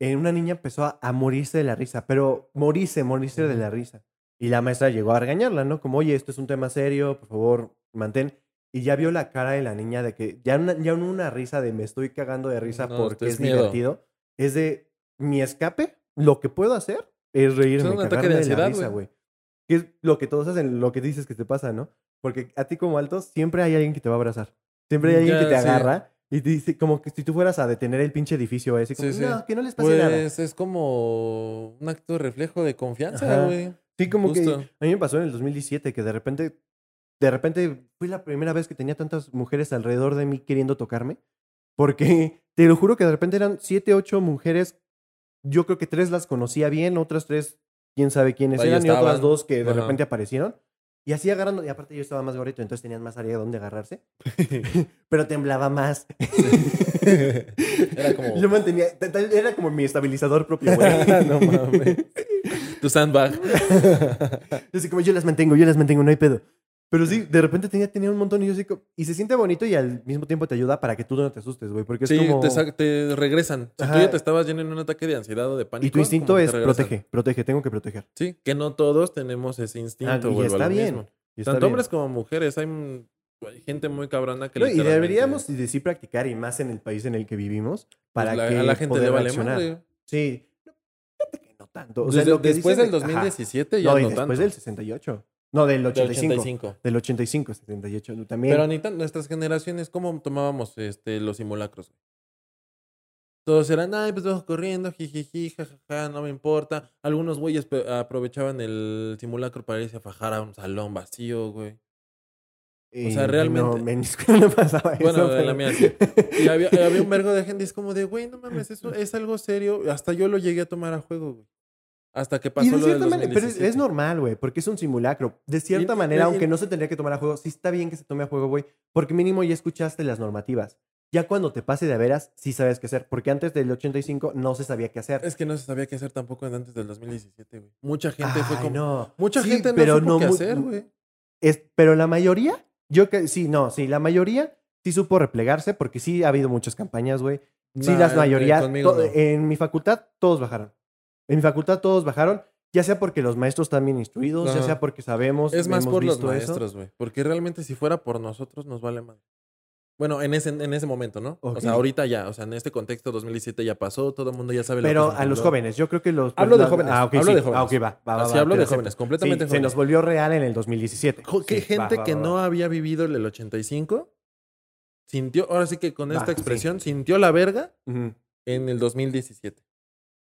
A: eh, una niña empezó a, a morirse de la risa, pero morirse, morirse de
B: Ujú.
A: la risa. Y la maestra llegó a regañarla, ¿no? Como, oye, esto es un tema serio, por favor, mantén. Y ya vio la cara de la niña de que ya una, ya no una risa de me estoy cagando de risa
B: No, esto
A: porque
B: es
A: es
B: miedo.
A: divertido. Es de mi escape, lo que puedo hacer es reírme,
B: un ataque
A: cagarme
B: de
A: de, la
B: ansiedad,
A: risa,
B: güey.
A: güey. Que es lo que todos hacen, lo que dices que te pasa, ¿no? Porque a ti como alto siempre hay alguien que te va a abrazar. Siempre hay alguien
B: Mm, Ya,
A: que te
B: sí.
A: agarra y te dice como que si tú fueras a detener el pinche edificio ese, como,
B: Sí, sí.
A: no, que no les pase nada.
B: Pues es como un acto de reflejo de
A: Ajá.
B: confianza, güey.
A: Sí, como
B: Justo.
A: que a mí me pasó en el 2017 que de repente, de repente fue la primera vez que tenía tantas mujeres alrededor de mí queriendo tocarme. Porque te lo juro que de repente eran siete, ocho mujeres. Yo creo que tres las conocía bien, otras tres, quién sabe quiénes
B: Ahí
A: eran, y otras
B: estaban.
A: dos que de
B: Ajá.
A: repente aparecieron. Y así agarrando, y aparte yo estaba más gorrito, entonces tenían más área donde agarrarse, pero temblaba más.
B: Era como-
A: Yo mantenía, t- t- era como mi estabilizador propio, güey.
B: no mames. Tu sandbag.
A: Yo así como, yo las mantengo, yo las mantengo, no hay pedo. Pero sí, de repente tenía, tenía un montón y yo así como- Y se siente bonito y al mismo tiempo te ayuda para que tú no te asustes, güey. Porque es
B: sí,
A: como...
B: te, sa- te regresan. Si tú
A: Ajá.
B: ya te estabas lleno en un ataque de ansiedad o de pánico.
A: Y tu instinto
B: como que
A: es
B: te regresan.
A: protege, protege, tengo que proteger.
B: Sí, que no todos tenemos ese
A: Ah,
B: instinto.
A: y
B: vuelvo a
A: está
B: lo
A: bien,
B: mismo.
A: Y está
B: Tanto
A: bien.
B: hombres como mujeres. Hay, un- hay gente muy cabrona que
A: No, y
B: literalmente-
A: deberíamos de sí practicar y más en el país en el que vivimos
B: pues,
A: para
B: la-
A: que
B: a la gente
A: poder
B: le vale
A: reaccionar.
B: madre.
A: Sí. No, fíjate que no tanto. O sea,
B: Desde-
A: lo que
B: después
A: dicen
B: del
A: de- ajá.
B: 2017 ya
A: No,
B: no,
A: y después
B: tanto.
A: del 68. No, del
B: Del
A: 85.
B: 85.
A: Del 85, 78. También.
B: Pero ni tan- nuestras generaciones, ¿cómo tomábamos este, los simulacros? güey? Todos eran, ay, pues bajo corriendo, jijiji, jajaja, no me importa. Algunos güeyes pe- aprovechaban el simulacro para irse a fajar a un salón vacío, güey.
A: Eh,
B: sea, realmente-
A: No, en mi escuela no pasaba
B: Bueno,
A: eso.
B: de la mía sí. Y había, había un vergo de gente, y es como de, güey, no mames, eso es algo serio. Hasta yo lo llegué a tomar a juego, güey. Hasta que pasó
A: Y de
B: lo del
A: cierta manera, pero es,
B: 2017.
A: es normal, güey, porque es un simulacro. De cierta
B: Y-
A: manera,
B: y-
A: aunque no se tendría que tomar a juego, sí está bien que se tome a juego, güey, porque mínimo ya escuchaste las normativas. Ya cuando te pase de a veras, sí sabes qué hacer, porque antes del 85 no se sabía qué hacer.
B: Es que no se sabía qué hacer tampoco antes del 2017, güey. Mucha gente fue
A: Ay,
B: como...
A: no.
B: Mucha
A: Sí,
B: gente no
A: pero
B: supo qué
A: mu-
B: hacer, güey.
A: es- pero la mayoría, yo que sí, no, sí, la mayoría sí supo replegarse, porque sí ha habido muchas campañas, güey. Sí,
B: Nah,
A: las
B: eh,
A: mayorías.
B: conmigo
A: to-
B: no.
A: En mi facultad todos bajaron. En mi facultad todos bajaron, ya sea porque los maestros están bien instruidos, ya
B: Ajá.
A: sea porque sabemos.
B: Es más
A: hemos
B: por los
A: visto eso.
B: maestros, güey. Porque realmente si fuera por nosotros nos vale más. Bueno, en ese, en ese momento, ¿no? O sea,
A: Ok.
B: ahorita ya, o sea, en este contexto 2017 ya pasó, todo el mundo ya sabe la
A: Pero
B: cosa que
A: a los
B: habló.
A: jóvenes, yo creo que los.
B: Hablo de
A: las-
B: jóvenes,
A: Ah, ok,
B: hablo
A: sí.
B: de jóvenes.
A: Ah, ok, va, va, va,
B: Así
A: va,
B: hablo
A: te
B: de
A: acepto.
B: jóvenes,
A: Sí,
B: completamente
A: Se
B: jóvenes.
A: nos volvió real en el 2017.
B: Jo- ¿Qué
A: Sí, va,
B: gente
A: va,
B: que
A: va,
B: no
A: va.
B: había vivido el 85 sintió, ahora sí que con
A: Va,
B: esta
A: sí.
B: expresión, sintió la verga
A: Ujú.
B: en el 2017?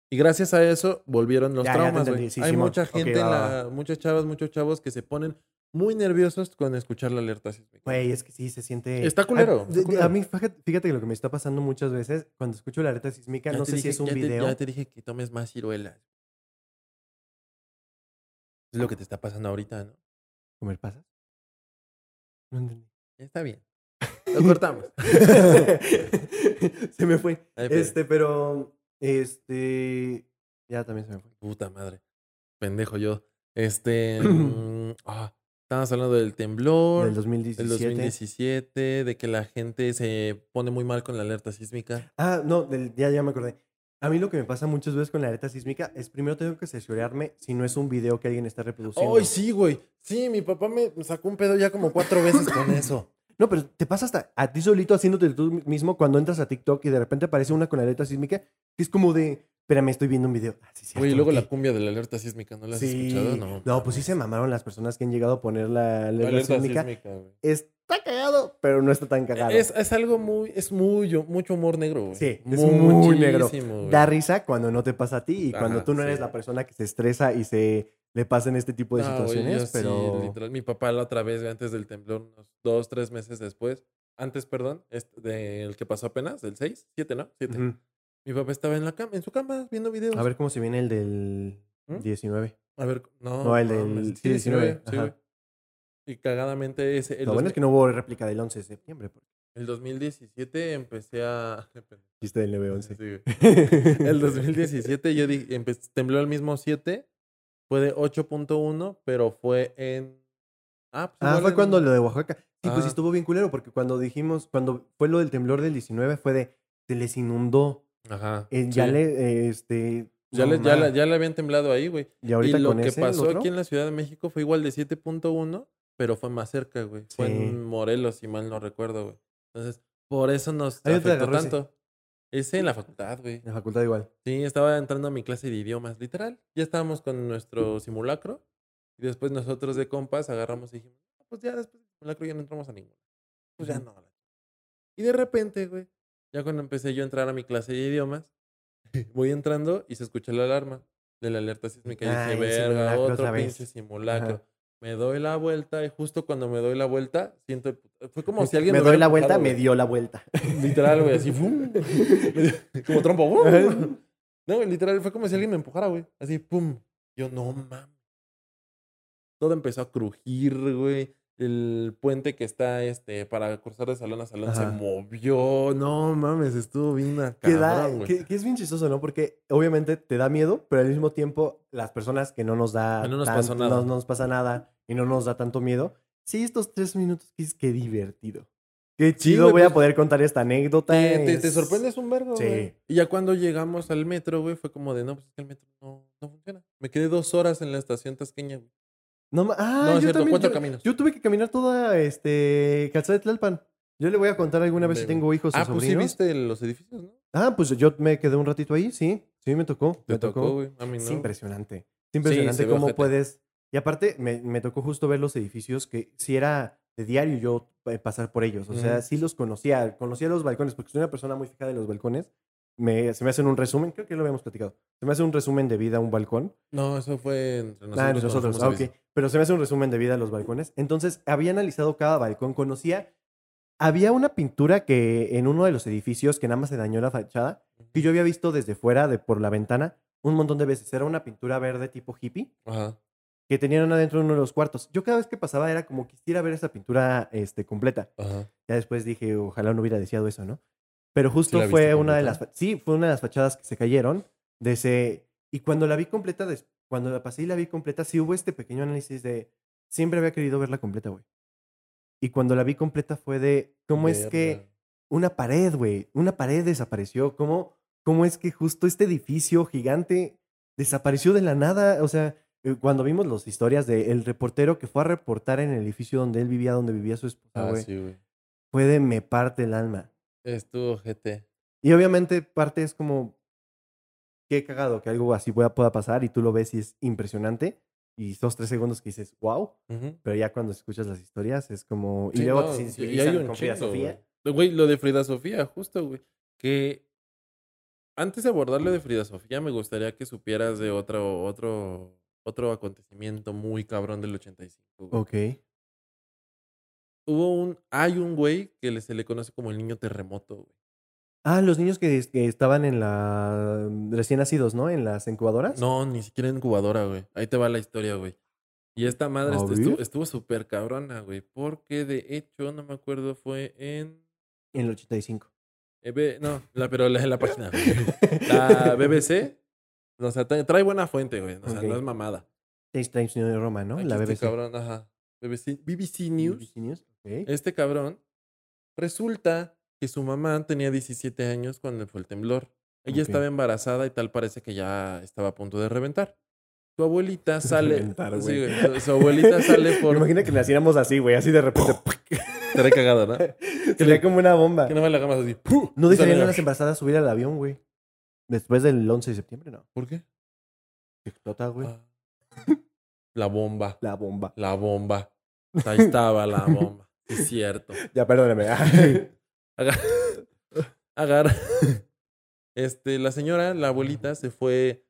B: Y gracias a eso volvieron los
A: Ya, ya te
B: traumas,
A: entendí.
B: güey.
A: Sí,
B: Hay
A: Simón.
B: mucha
A: Ok,
B: gente,
A: va,
B: en
A: va,
B: la- muchas chavas, muchos chavos que se ponen muy nerviosos con escuchar la alerta sísmica.
A: Güey, es que sí, se siente.
B: Está culero,
A: A,
B: está
A: de- de-
B: culero.
A: a mí, fíjate, fíjate que lo que me está pasando muchas veces cuando escucho la alerta sísmica,
B: Ya
A: no
B: te
A: sé si
B: dije-
A: es un
B: ya te-
A: video.
B: ya te dije que tomes más ciruelas. Es lo que te está pasando ahorita, ¿no?
A: ¿Comer pasas? No entendí.
B: Ya está bien. Lo cortamos.
A: se me fue.
B: Ay, pero-
A: Este, pero. Este. Ya también se me fue.
B: Puta madre. Pendejo yo. Este. mm, ah, estábamos hablando del temblor.
A: Del
B: Del
A: 2017.
B: 2017, de que la gente se pone muy mal con la alerta sísmica.
A: Ah, no, del- ya, ya me acordé. A mí lo que me pasa muchas veces con la alerta sísmica es primero tengo que cerciorarme si no es un video que alguien está reproduciendo.
B: ¡Ay, sí, güey! Sí, mi papá me sacó un pedo ya como cuatro veces con eso.
A: No, pero te pasa hasta a ti solito haciéndote tú mismo cuando entras a TikTok y de repente aparece una con alerta sísmica que es como de, espérame, estoy viendo un video. Ah, sí, cierto,
B: Güey, y luego
A: ok.
B: la cumbia de la alerta sísmica, ¿no la has
A: Sí.
B: escuchado?
A: No, pues sí se mamaron las personas que han llegado a poner la
B: mames.
A: alerta,
B: Alerta
A: sísmica.
B: sísmica, güey.
A: Está cagado, pero no está tan cagado.
B: Es, es algo muy, es muy, mucho humor negro, güey.
A: Sí, es muy negro.
B: Muchísimo, güey.
A: da risa cuando no te pasa a ti y cuando
B: Ajá,
A: tú no eres
B: sí.
A: la persona que se estresa y se le pasan este tipo de
B: No, güey,
A: situaciones,
B: yo sí,
A: pero
B: literal, mi papá la otra vez, antes del temblor, unos dos, tres meses después, antes, perdón, es- del que pasó apenas, del 6, 7, ¿no? 7.
A: Ujú.
B: Mi papá estaba en la cama, en su cama, viendo videos.
A: a ver cómo se viene el del
B: ¿Mm?
A: 19.
B: A ver, no.
A: No, el
B: mames,
A: del-
B: sí,
A: sí, 19,
B: sí,
A: ajá.
B: güey. Y cagadamente ese, el,
A: Lo bueno es que no hubo réplica del 11 de septiembre, porque
B: el 2017 empecé a...
A: chiste del
B: Sí,
A: 9-11.
B: güey. El 2017 yo dije, empe- tembló el mismo 7, fue de 8.1, pero fue en... Ah, pues
A: Ah,
B: igual
A: fue
B: en-
A: cuando lo de Oaxaca. Sí, pues
B: Ah.
A: estuvo bien culero, porque cuando dijimos, cuando fue lo del temblor del 19, fue de, se les inundó.
B: Ajá.
A: Eh, ya
B: sí.
A: le, eh, este...
B: Ya,
A: no
B: le, ya,
A: mames.
B: la- ya le habían temblado ahí, güey.
A: Y ahorita
B: y lo
A: con
B: que
A: ese, el
B: pasó
A: otro,
B: aquí en la Ciudad de México fue igual de 7.1, pero fue más cerca, güey. Fue
A: Sí.
B: en Morelos, si mal no recuerdo, güey. Entonces, por eso nos
A: Ahí no te
B: afectó
A: agarró ese.
B: tanto. Ese en la facultad, güey.
A: en la facultad igual.
B: Sí, estaba entrando a mi clase de idiomas, literal. Ya estábamos con nuestro simulacro. Y después nosotros de compas agarramos y dijimos, "Ah, pues ya después del simulacro ya no entramos a ninguno. Pues ya
A: Ujú.
B: no. la- Y de repente, güey, ya cuando empecé yo a entrar a mi clase de idiomas, voy entrando y se escucha la alarma de la alerta sísmica. Y
A: Ay,
B: dije,
A: Ah, el
B: verga,
A: simulacro
B: otro
A: otra vez".
B: pinche simulacro.
A: Ajá.
B: Me doy la vuelta y justo cuando me doy la vuelta, siento... el put- Fue como si alguien
A: me doy
B: hubiera
A: la vuelta,
B: empujado,
A: me
B: güey.
A: dio la vuelta.
B: Literal, güey, así, ¡fum! como trompo, ¡fum! No, güey, literal, fue como si alguien me empujara, güey. Así, ¡pum! Yo, no mames. Todo empezó a crujir, güey. El puente que está este para cruzar de salón a salón se
A: Ajá.
B: movió. No mames, estuvo bien a
A: que, da-
B: cabrón, güey.
A: que- que es bien chistoso, ¿no? Porque obviamente te da miedo, pero al mismo tiempo las personas que no nos da
B: Que no nos pasó nada.
A: no nos pasa nada y no nos da tanto miedo. Sí, estos tres minutos, qué, qué divertido. Qué chido,
B: güey,
A: voy
B: pues,
A: a poder contar esta anécdota.
B: Te, te-
A: es-
B: te sorprendes un vergo,
A: pues? Sí.
B: güey. Y ya cuando llegamos al metro, güey, fue como de, no, pues es que el metro no, no funciona. Me quedé dos horas en la estación tasqueña, güey.
A: No, ma- ah,
B: no,
A: yo
B: es cierto,
A: también-
B: cuatro
A: yo-
B: caminos.
A: Yo tuve que caminar toda este, calzada de Tlalpan. Yo le voy a contar alguna vez si
B: Hombre,
A: tengo hijos o
B: ah, pues sí
A: sobrinos.
B: viste los edificios, ¿no?
A: ah, pues yo me quedé un ratito ahí, sí. Sí, me tocó.
B: Te
A: me
B: tocó, güey. A mí no.
A: Es
B: güey.
A: impresionante. Es impresionante
B: se ve
A: cómo
B: ojete.
A: puedes Y aparte, me, me tocó justo ver los edificios que si era de diario yo eh, pasar por ellos. O sea,
B: Ujú.
A: sí los conocía, conocía los balcones, porque soy una persona muy fijada en los balcones. Me, se me hacen un resumen, creo que ya lo habíamos platicado. Se me hace un resumen de vida un balcón.
B: No, eso fue entre nosotros.
A: Ah,
B: cuando
A: nosotros,
B: fuimos a
A: ah,
B: Ibiza.
A: ok. Pero se me hace un resumen de vida a los balcones. Entonces, había analizado cada balcón, conocía. Había una pintura que en uno de los edificios que nada más se dañó la fachada, que yo había visto desde fuera, de por la ventana, un montón de veces. Era una pintura verde tipo hippie
B: Ajá.
A: que tenían adentro de uno de los cuartos. Yo cada vez que pasaba era como quisiera ver esa pintura este, completa.
B: Ajá.
A: Ya después dije, ojalá no hubiera deseado eso, ¿no? Pero justo
B: la viste
A: fue una de las...
B: completa?
A: fa- Sí, fue una de las fachadas que se cayeron. De ese, y cuando la vi completa, des- cuando la pasé y la vi completa, sí hubo este pequeño análisis de... Siempre había querido verla completa, güey. Y cuando la vi completa fue de... ¿Cómo es que
B: Verga.
A: una pared, güey? Una pared desapareció. ¿Cómo, ¿Cómo es que justo este edificio gigante desapareció de la nada? O sea, eh, cuando vimos las historias del el reportero que fue a reportar en el edificio donde él vivía, donde vivía su esposa,
B: Ah,
A: güey
B: sí, güey.
A: fue de me parte el alma.
B: Estuvo GT.
A: Y obviamente parte es como, qué cagado que algo así pueda, pueda pasar y tú lo ves y es impresionante. Y esos tres segundos que dices, wow,
B: Ujú.
A: pero ya cuando escuchas las historias es como... Y
B: Sí,
A: luego
B: no,
A: te
B: y-
A: sensibilizan con Frida
B: chingo,
A: Sofía.
B: Güey. Güey, lo de Frida Sofía, justo, güey. Que antes de abordar lo de Frida Sofía, me gustaría que supieras de otro, otro, otro acontecimiento muy cabrón del 85. güey.
A: Ok.
B: Hubo un, hay un güey que le- se le conoce como el niño terremoto, güey.
A: Ah, los niños que, que estaban en la... mm, recién nacidos, ¿no? En las incubadoras.
B: No, ni siquiera incubadora, güey. Ahí te va la historia, güey. Y esta madre
A: A
B: estu- estuvo
A: ver.
B: estuvo súper cabrona, güey. Porque de hecho, no me acuerdo, fue en.
A: En el 85.
B: eh, ve- No, la, pero la, la página. güey. La BBC. O sea, tra- trae buena fuente, güey. O sea,
A: Ok.
B: no es mamada.
A: Seis Times New de Roma, ¿no?
B: Aquí
A: la
B: este
A: BBC.
B: cabrón, ajá. BBC, BBC News.
A: BBC News. ok.
B: Este cabrón. Resulta que su mamá tenía 17 años cuando fue el temblor. Ella
A: Ok.
B: estaba embarazada y tal parece que ya estaba a punto de reventar. Su abuelita sale.
A: Reventar,
B: sí,
A: güey.
B: güey, su- su abuelita sale por.
A: Imagina que naciéramos así, güey, así de repente.
B: Estaré cagada, ¿no? Que
A: Sería como una bomba.
B: no me la hagamos así. ¡pum!
A: ¿No
B: Y sale
A: dejarían a
B: la-
A: las em-". embarazadas subir al avión, güey? Después del 11 de septiembre, no.
B: ¿Por qué?
A: Explota, güey.
B: Ah. La bomba.
A: La bomba.
B: La bomba. Ahí estaba la bomba. Es cierto.
A: Ya, perdóname.
B: Agar. Agar. Este, la señora, la abuelita, se fue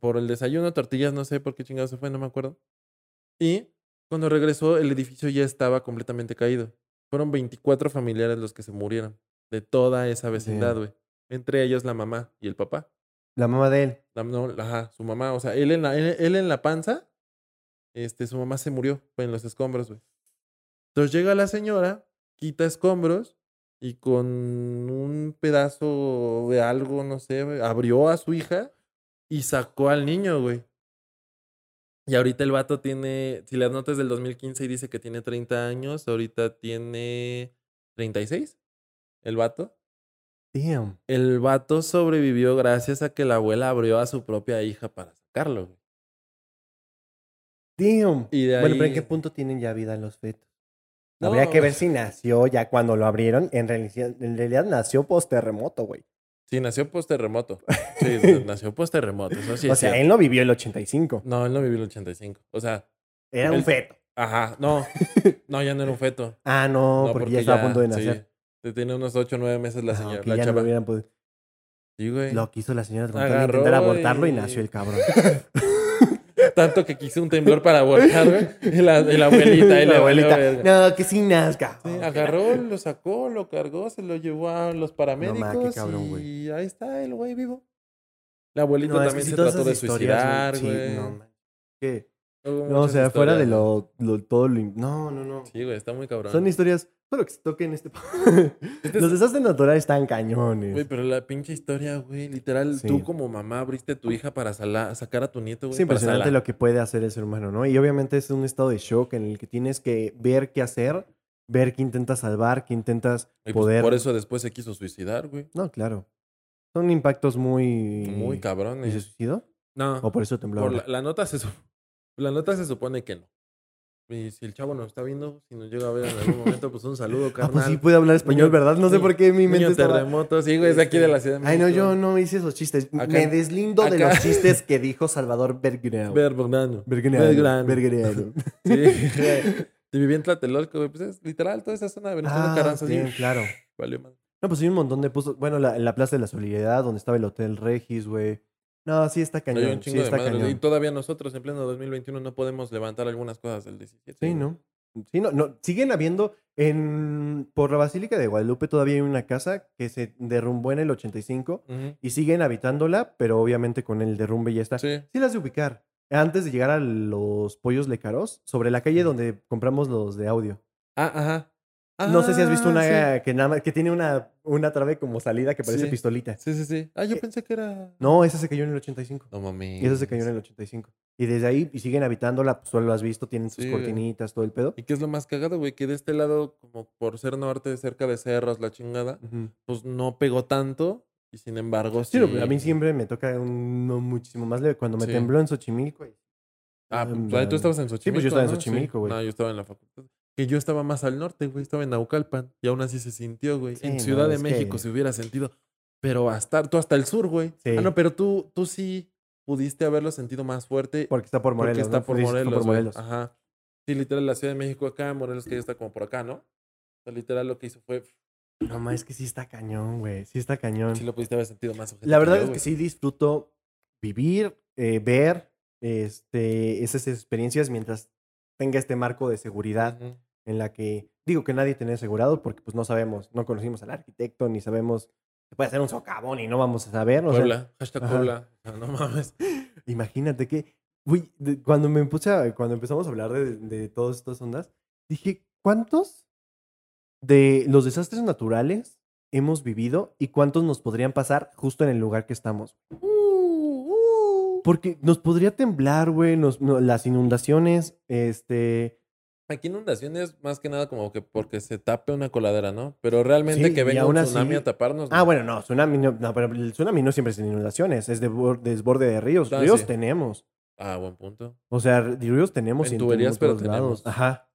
B: por el desayuno, tortillas, no sé por qué chingados se fue, no me acuerdo. Y cuando regresó, el edificio ya estaba completamente caído. Fueron 24 familiares los que se murieron de toda esa vecindad,
A: Damn.
B: güey. Entre ellos la mamá y el papá.
A: la mamá de él.
B: La- no, ajá, su mamá, o sea, él en la, él, él en la panza, este, su mamá se murió fue en los escombros, güey. Entonces llega la señora, quita escombros y con un pedazo de algo, no sé, güey, abrió a su hija y sacó al niño, güey. Y ahorita el vato tiene, si las notas del 2015 y dice que tiene 30 años, ahorita tiene 36, el vato.
A: Damn.
B: El vato sobrevivió gracias a que la abuela abrió a su propia hija para sacarlo. güey.
A: Damn.
B: Y de
A: Bueno, pero ¿en
B: ahí-
A: qué punto tienen ya vida los fetos?
B: No,
A: Habría que ver
B: pues-
A: si nació ya cuando lo abrieron. En realidad, en realidad nació post terremoto, güey.
B: Sí, nació post terremoto. Sí, n- nació post terremoto. Eso sí.
A: o
B: es
A: sea,
B: cierto. Mm,
A: él no vivió el 85.
B: No, él no vivió el 85. O sea,
A: Era
B: Él-
A: un feto.
B: ajá, no. No, ya no era un feto.
A: Ah, no,
B: No,
A: porque, ya estaba a punto de
B: sí,
A: nacer.
B: te tenía unos 8 o 9 meses la
A: Ah,
B: señora.
A: ok,
B: la
A: ya no
B: chava.
A: lo hubieran podido.
B: Sí, güey.
A: Lo que hizo la señora Troncal,
B: Agarró
A: intentar abortarlo y...
B: y-
A: nació el cabrón.
B: Tanto que quise un temblor para abortar, güey. Y la, y la abuelita, y la
A: La
B: abuelita.
A: No, que sí nazca. Oh.
B: agarró, lo sacó, lo cargó, se lo llevó a los paramédicos
A: ma, qué cabrón,
B: y
A: güey.
B: ahí está el güey vivo. La abuelita
A: No, es que
B: también
A: sí,
B: se
A: todas
B: trató de
A: esas historias,
B: suicidar, güey.
A: Sí, no, man. ¿Qué?
B: Hubo
A: No, o
B: muchas
A: sea, fuera de
B: historias.
A: lo, lo- todo lo... in- No, no, no.
B: Sí, güey, está muy cabrón.
A: Son historias... Solo que se toquen este... Los desastres naturales están cañones.
B: Güey, pero la pinche historia, güey, literal,
A: Sí.
B: tú como mamá abriste a tu hija para sala- sacar a tu nieto, güey.
A: es impresionante lo que puede hacer el ser humano, ¿no? Y obviamente es un estado de shock en el que tienes que ver qué hacer, ver qué intentas salvar, qué intentas poder...
B: pues, por eso después se quiso suicidar, güey.
A: No, claro. Son impactos muy...
B: Muy cabrón.
A: ¿Y se suicidó?
B: No,
A: ¿O por eso tembló? Ah,
B: por
A: ahora?
B: la, la nota se, su- la nota se supone que no. Y si el chavo nos está viendo, si nos llega a ver en algún momento, pues un saludo,
A: Ah,
B: carnal.
A: pues sí puede hablar español,
B: Niño-
A: ¿verdad? No sé
B: niño-
A: por qué mi mente
B: Niño
A: estaba... este
B: terremoto, sí, güey, es de aquí de la ciudad. de
A: Ay, no,
B: México.
A: yo no hice esos chistes.
B: Acá-
A: Me deslindo de
B: acá-
A: los chistes que dijo Salvador Berggrau.
B: Ver, Bernardo.
A: Berggrau.
B: Belgrano.
A: Berggrau.
B: Sí, güey. Y viví en Tlatelolco, güey. Pues es literal toda esa zona de Venezuela
A: Ah,
B: Carranza.
A: bien,
B: sí,
A: claro.
B: valió madre.
A: No, pues hay un montón de puestos. Bueno, la, en la Plaza de la Solidaridad, donde estaba el Hotel Regis, güey. No, sí está
B: Hay
A: cañón.
B: un
A: sí
B: chingo de
A: está
B: madres. Y
A: cañón.
B: todavía nosotros en pleno 2021 no podemos levantar algunas cosas del 17.
A: Sí,
B: güey.
A: ¿no? Sí, no, no. Siguen habiendo. En, por la Basílica de Guadalupe todavía hay una casa que se derrumbó en el 85
B: Ujú.
A: y siguen habitándola, pero obviamente con el derrumbe ya está. Sí,
B: Sí.
A: las de ubicar. Antes de llegar a los pollos lecaros, sobre la calle donde compramos los de audio.
B: Ah, ajá.
A: no sé si has visto
B: Ah,
A: una
B: Sí,
A: que nada más, que tiene una, una trave como salida que parece
B: Sí.
A: pistolita.
B: sí, sí. sí. Ah, yo
A: Eh,
B: pensé que era.
A: No, esa se cayó en el 85.
B: No mami.
A: Y eso se cayó en el 85. Y desde ahí y siguen habitándola, pues tú lo has visto, tienen sus
B: Sí, güey.
A: cortinitas, todo el pedo.
B: ¿Y qué es lo más cagado, güey? Que de este lado, como por ser norte, cerca de cerros, la chingada,
A: Ujú.
B: pues no pegó tanto. Y sin embargo, sí.
A: Sí, no, a mí siempre me toca uno muchísimo más leve. Cuando me
B: Sí.
A: tembló en Xochimilco. y-
B: Ah,
A: Mm,
B: pues, ahí tú estabas en Xochimilco.
A: pues, yo estaba en
B: ¿no?
A: Xochimilco, güey.
B: No, yo estaba en la facultad. Que yo estaba más al norte, güey. Estaba en Naucalpan. Y aún así se sintió, güey.
A: Sí,
B: en
A: no,
B: Ciudad de
A: es
B: México
A: que-
B: se hubiera sentido. Pero hasta, tú hasta el sur, güey.
A: Sí.
B: Ah, no, pero tú, tú sí pudiste haberlo sentido más fuerte.
A: Porque está por Morelos.
B: porque está
A: ¿no?
B: por
A: Dices, está
B: Morelos.
A: por
B: güey.
A: Morelos.
B: Ajá. Sí, literal, la Ciudad de México acá, Morelos que ya está como por acá, ¿no? O sea, literal lo que hizo fue.
A: No, ma, es que sí está cañón, güey. Sí está cañón.
B: Sí lo pudiste haber sentido más ojete
A: La verdad
B: yo,
A: es que
B: güey.
A: sí disfruto vivir, eh, ver este, esas experiencias mientras tenga este marco de seguridad
B: Ujú.
A: en la que digo que nadie tenía asegurado porque pues no sabemos, no conocimos al arquitecto ni sabemos, se puede hacer un socavón y no vamos a saber. o sea,
B: Puebla. hashtag
A: ajá.
B: Puebla. O sea, no mames.
A: imagínate que, uy, de- cuando me puse a- cuando empezamos a hablar de, de todas estas ondas, dije, ¿cuántos de los desastres naturales hemos vivido y cuántos nos podrían pasar justo en el lugar que estamos? Uh, Porque nos podría temblar, güey, nos- no, las inundaciones, este...
B: Aquí inundaciones más que nada como que porque se tape una coladera, ¿no? Pero realmente
A: Sí, y
B: que venga
A: aún
B: un
A: así-
B: tsunami a taparnos.
A: Ah,
B: no.
A: bueno, no, tsunami no, no, pero el tsunami no siempre es en inundaciones, es de bor- desborde de ríos.
B: Ah,
A: ríos
B: sí.
A: tenemos.
B: Ah, buen punto.
A: O sea, r- ríos tenemos
B: En
A: en
B: tuberías, pero
A: todos lados.
B: tenemos.
A: Ajá.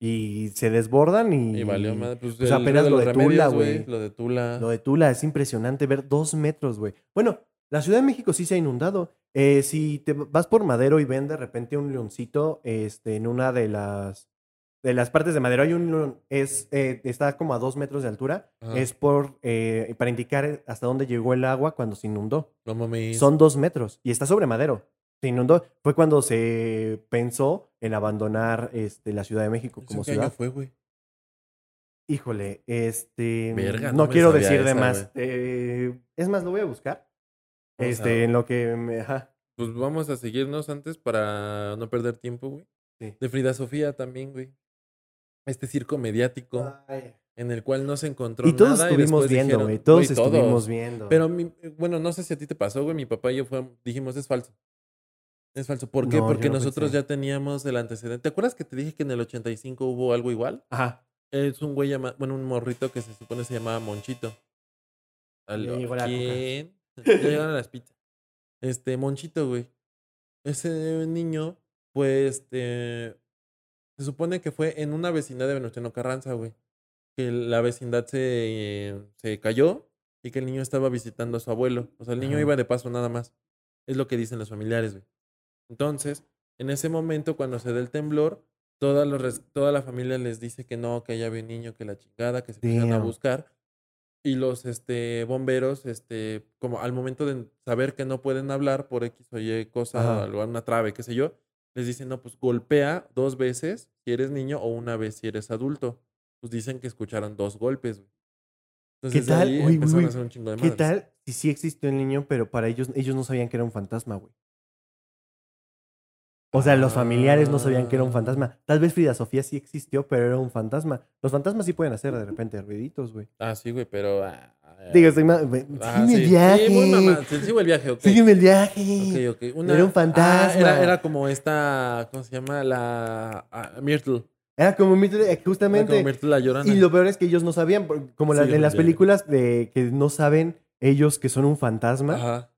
A: Y se desbordan y...
B: Y, valió madre. Pues,
A: pues,
B: el
A: apenas
B: río
A: lo de Tula,
B: güey,
A: güey.
B: Lo de Tula.
A: Lo de Tula es impresionante ver dos metros, güey. Bueno, la Ciudad de México sí se ha inundado. Eh, si te vas por Madero y ven de repente un leoncito este, en una de las de las partes de Madero, hay un león, es, eh, está como a dos metros de altura.
B: Ajá.
A: Es por eh, para indicar hasta dónde llegó el agua cuando se inundó.
B: No mames.
A: Son dos metros y está sobre Madero. Se inundó. Fue cuando se pensó en abandonar este, la Ciudad de México
B: ¿Eso
A: como
B: qué Pues, año
A: ciudad.
B: fue, güey?
A: Híjole, este.
B: Verga,
A: no
B: no me
A: quiero
B: sabía
A: decir de
B: esa,
A: más. Eh, es más, lo voy a buscar.
B: Vamos
A: este,
B: a-
A: en lo que me. ajá.
B: Pues vamos a seguirnos antes para no perder tiempo, güey.
A: Sí.
B: De Frida Sofía también, güey. Este circo mediático
A: Ay.
B: en el cual no se encontró
A: Ah. Y todos
B: nada
A: estuvimos
B: después
A: viendo,
B: dijeron,
A: güey. Todos
B: güey,
A: estuvimos viendo.
B: Pero, mi- eh, bueno, no sé si a ti te pasó, güey. Mi papá y yo fuimos, dijimos, es falso. Es falso. ¿Por qué?
A: No, yo
B: Porque
A: no
B: nosotros
A: pensé.
B: ya teníamos el antecedente. ¿Te acuerdas que te dije que en el 85 hubo algo igual?
A: Ajá.
B: Es un güey llamado, bueno, un morrito que se supone se llamaba Monchito.
A: Ya
B: Aló,
A: llegó la coca.
B: ¿Quién? Ya llegaron las pizzas. Este, Monchito, güey. Ese niño, pues, este, se supone que fue en una vecindad de Venustiano Carranza, güey. Que la vecindad se, eh, se cayó y que el niño estaba visitando a su abuelo. O sea, el niño
A: Ajá.
B: iba de paso nada más. Es lo que dicen los familiares, güey. Entonces, en ese momento, cuando se da el temblor, toda, los res- toda la familia les dice que no, que allá había un niño, que la chingada, que se empiezan a
A: Damn.
B: buscar. Y los este, bomberos, este, como al momento de saber que no pueden hablar por X o Y cosa,
A: Ajá.
B: algo, una trave, qué sé yo, les dicen, no, pues golpea dos veces si eres niño o una vez si eres adulto. Pues dicen que escucharon dos golpes, güey. Entonces,
A: tal?
B: ahí
A: Uy, uy,
B: empezaron
A: uy.
B: a hacer un chingo de
A: ¿Qué
B: madres.
A: tal si sí existió el niño, pero para ellos, ellos no sabían que era un fantasma, güey? O sea, los familiares no sabían que era un
B: Ah.
A: fantasma. Tal vez Frida Sofía sí existió, pero era un fantasma. Los fantasmas sí pueden hacer de repente ruiditos, güey.
B: Ah, sí, güey, pero... ah, ah,
A: Digo, estoy más. güey,
B: ah,
A: sígueme
B: sí.
A: el viaje.
B: Sí, voy, mamá. Sí, sigo el viaje, ok.
A: Sígueme el viaje.
B: Ok, ok. Una-
A: Era un fantasma.
B: Ah, era, era como esta, ¿cómo se llama? La ah, Myrtle.
A: Era como mi-
B: Era
A: eh, justamente.
B: como Myrtle la llorona.
A: Y lo peor es que ellos no sabían, por- como la-
B: Sí,
A: en las
B: ya.
A: películas de que no saben ellos que son un fantasma.
B: Ajá.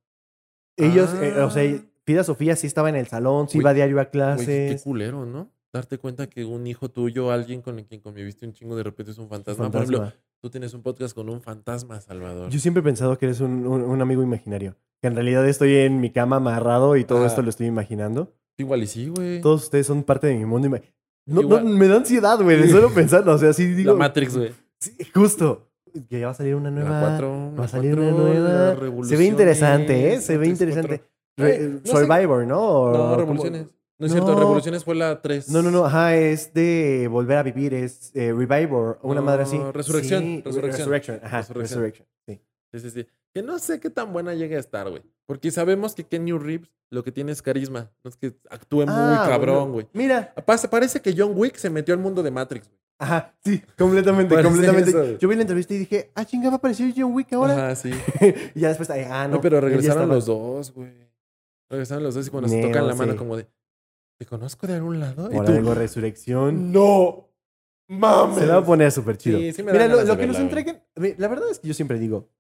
A: Ellos, eh, o
B: Ah.
A: sea, Frida Sofía sí estaba en el salón, sí
B: Güey,
A: iba diario a
B: Güey, qué
A: clases.
B: culero, ¿no? darte cuenta que un hijo tuyo, alguien con quien conviviste un chingo, de repente es un fantasma. Por
A: fantasma.
B: ejemplo, tú tienes un podcast con un fantasma, Salvador.
A: Yo siempre he pensado que eres un, un- un amigo imaginario. Que en realidad estoy en mi cama amarrado y todo
B: Ah.
A: esto lo estoy imaginando.
B: Igual y sí, güey.
A: Todos ustedes son parte de mi mundo. ima- No, no,
B: Igual.
A: me da ansiedad, güey, de solo pensarlo. O sea, sí digo.
B: La Matrix, güey.
A: sí, justo. Que ya va a salir una nueva.
B: La 4.
A: va a salir una nueva. Se ve interesante, ¿eh? Se ve interesante. Re-
B: Eh, no sé-
A: Survivor, ¿no? O-
B: No,
A: ¿cómo?
B: Revoluciones. No es cierto,
A: No.
B: Revoluciones fue la 3.
A: No, no, no. Ajá, es de volver a vivir. Es eh, Revivor, una
B: No,
A: madre así.
B: Resurrección,
A: Sí,
B: Resurrección.
A: Resurrection. Ajá,
B: Resurrección.
A: Resurrection. Sí.
B: Sí, sí, sí. Que no sé qué tan buena llegue a estar, güey. Porque sabemos que Kenny Reeves lo que tiene es carisma. No es que actúe
A: Ah,
B: muy cabrón,
A: bueno.
B: güey.
A: Mira,
B: Pasa- Parece que John Wick se metió al mundo de Matrix. güey.
A: Ajá, sí, completamente,
B: Parece
A: completamente.
B: eso, güey.
A: Yo vi la entrevista y dije, ah, chinga, va a aparecer John Wick ahora.
B: Ajá, sí.
A: y ya después, ay, ah, no.
B: No, pero
A: él ya
B: regresaron
A: estaba.
B: los dos, güey. Regresaron los dos y cuando se
A: Neo,
B: tocan la mano
A: sí.
B: como de... ¿Te conozco de algún lado?
A: Por
B: y tú,
A: algo, resurrección.
B: ¡No! ¡Mames!
A: Se la va a poner súper chido.
B: Sí, sí me dan
A: Mira, lo,
B: ganas
A: lo
B: de
A: que nos
B: verla, güey.
A: entreguen, mi- la verdad es que yo siempre digo,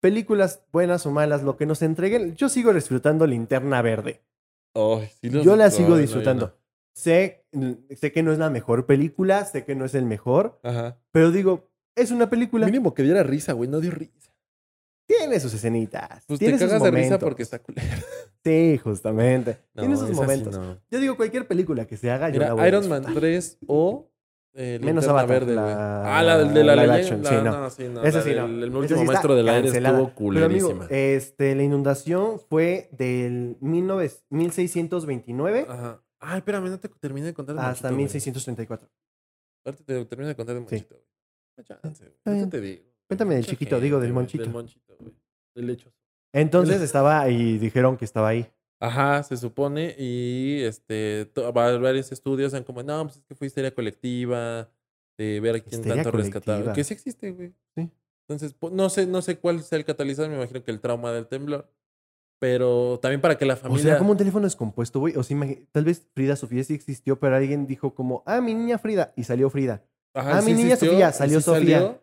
A: películas buenas o malas, lo que nos entreguen, yo sigo disfrutando Linterna Verde.
B: Ay, sí los-
A: Yo la
B: ay, no,
A: sigo
B: yo
A: disfrutando. Sé, sé que no es la mejor película, sé que no es el mejor,
B: no. Ajá.
A: pero digo, es una película.
B: Mínimo que diera risa, güey. No dio risa.
A: Tiene sus escenitas.
B: Pues
A: tiene
B: te
A: sus
B: cagas de risa
A: momentos.
B: porque está culera.
A: Sí, justamente. tiene sus
B: esa sí
A: momentos.
B: no.
A: Yo digo, cualquier película que se haga, yo la voy
B: Mira,
A: a
B: Iron Man
A: disfrutar.
B: 3 o eh,
A: Menos
B: Menos
A: Avatar,
B: Verde,
A: la-
B: güey. Ah, la del- de la,
A: live
B: leyenda.
A: action,
B: la-
A: sí, no.
B: no. sí, no.
A: Esa
B: la
A: sí, no.
B: del- El
A: Esa
B: último
A: sí está
B: maestro del aire
A: cancelada.
B: estuvo
A: Pero amigo,
B: culerísima.
A: este, la inundación fue del 19 1629
B: Ajá. Ay, espérame, no te terminé de contar de
A: hasta
B: Ah, Monchito, güey.
A: 1634.
B: Ahorita te termino de contar de Monchito. güey. No chance, güey.
A: bien.
B: Yo te digo.
A: Cuéntame del
B: Mucha
A: chiquito, digo, del
B: güey,
A: Monchito.
B: Del Monchito, güey. Del hecho.
A: Entonces estaba ahí, dijeron que estaba ahí.
B: Ajá, se supone. Y este, to- va- varios estudios han como, no, pues es que fue histeria colectiva, de ver a quién
A: Histeria
B: tanto rescataba.
A: colectiva.
B: Que sí existe, güey.
A: Sí.
B: Entonces, po- no sé, no sé cuál sea el catalizador, me imagino que el trauma del temblor. Pero también para que la
A: O
B: familia.
A: sea, como un teléfono descompuesto, güey. O sea, imagi- tal vez Frida Sofía sí existió, pero alguien dijo como, ah, mi niña Frida, y salió Frida.
B: Ajá,
A: Ah, mi niña Sofía, salió Sofía.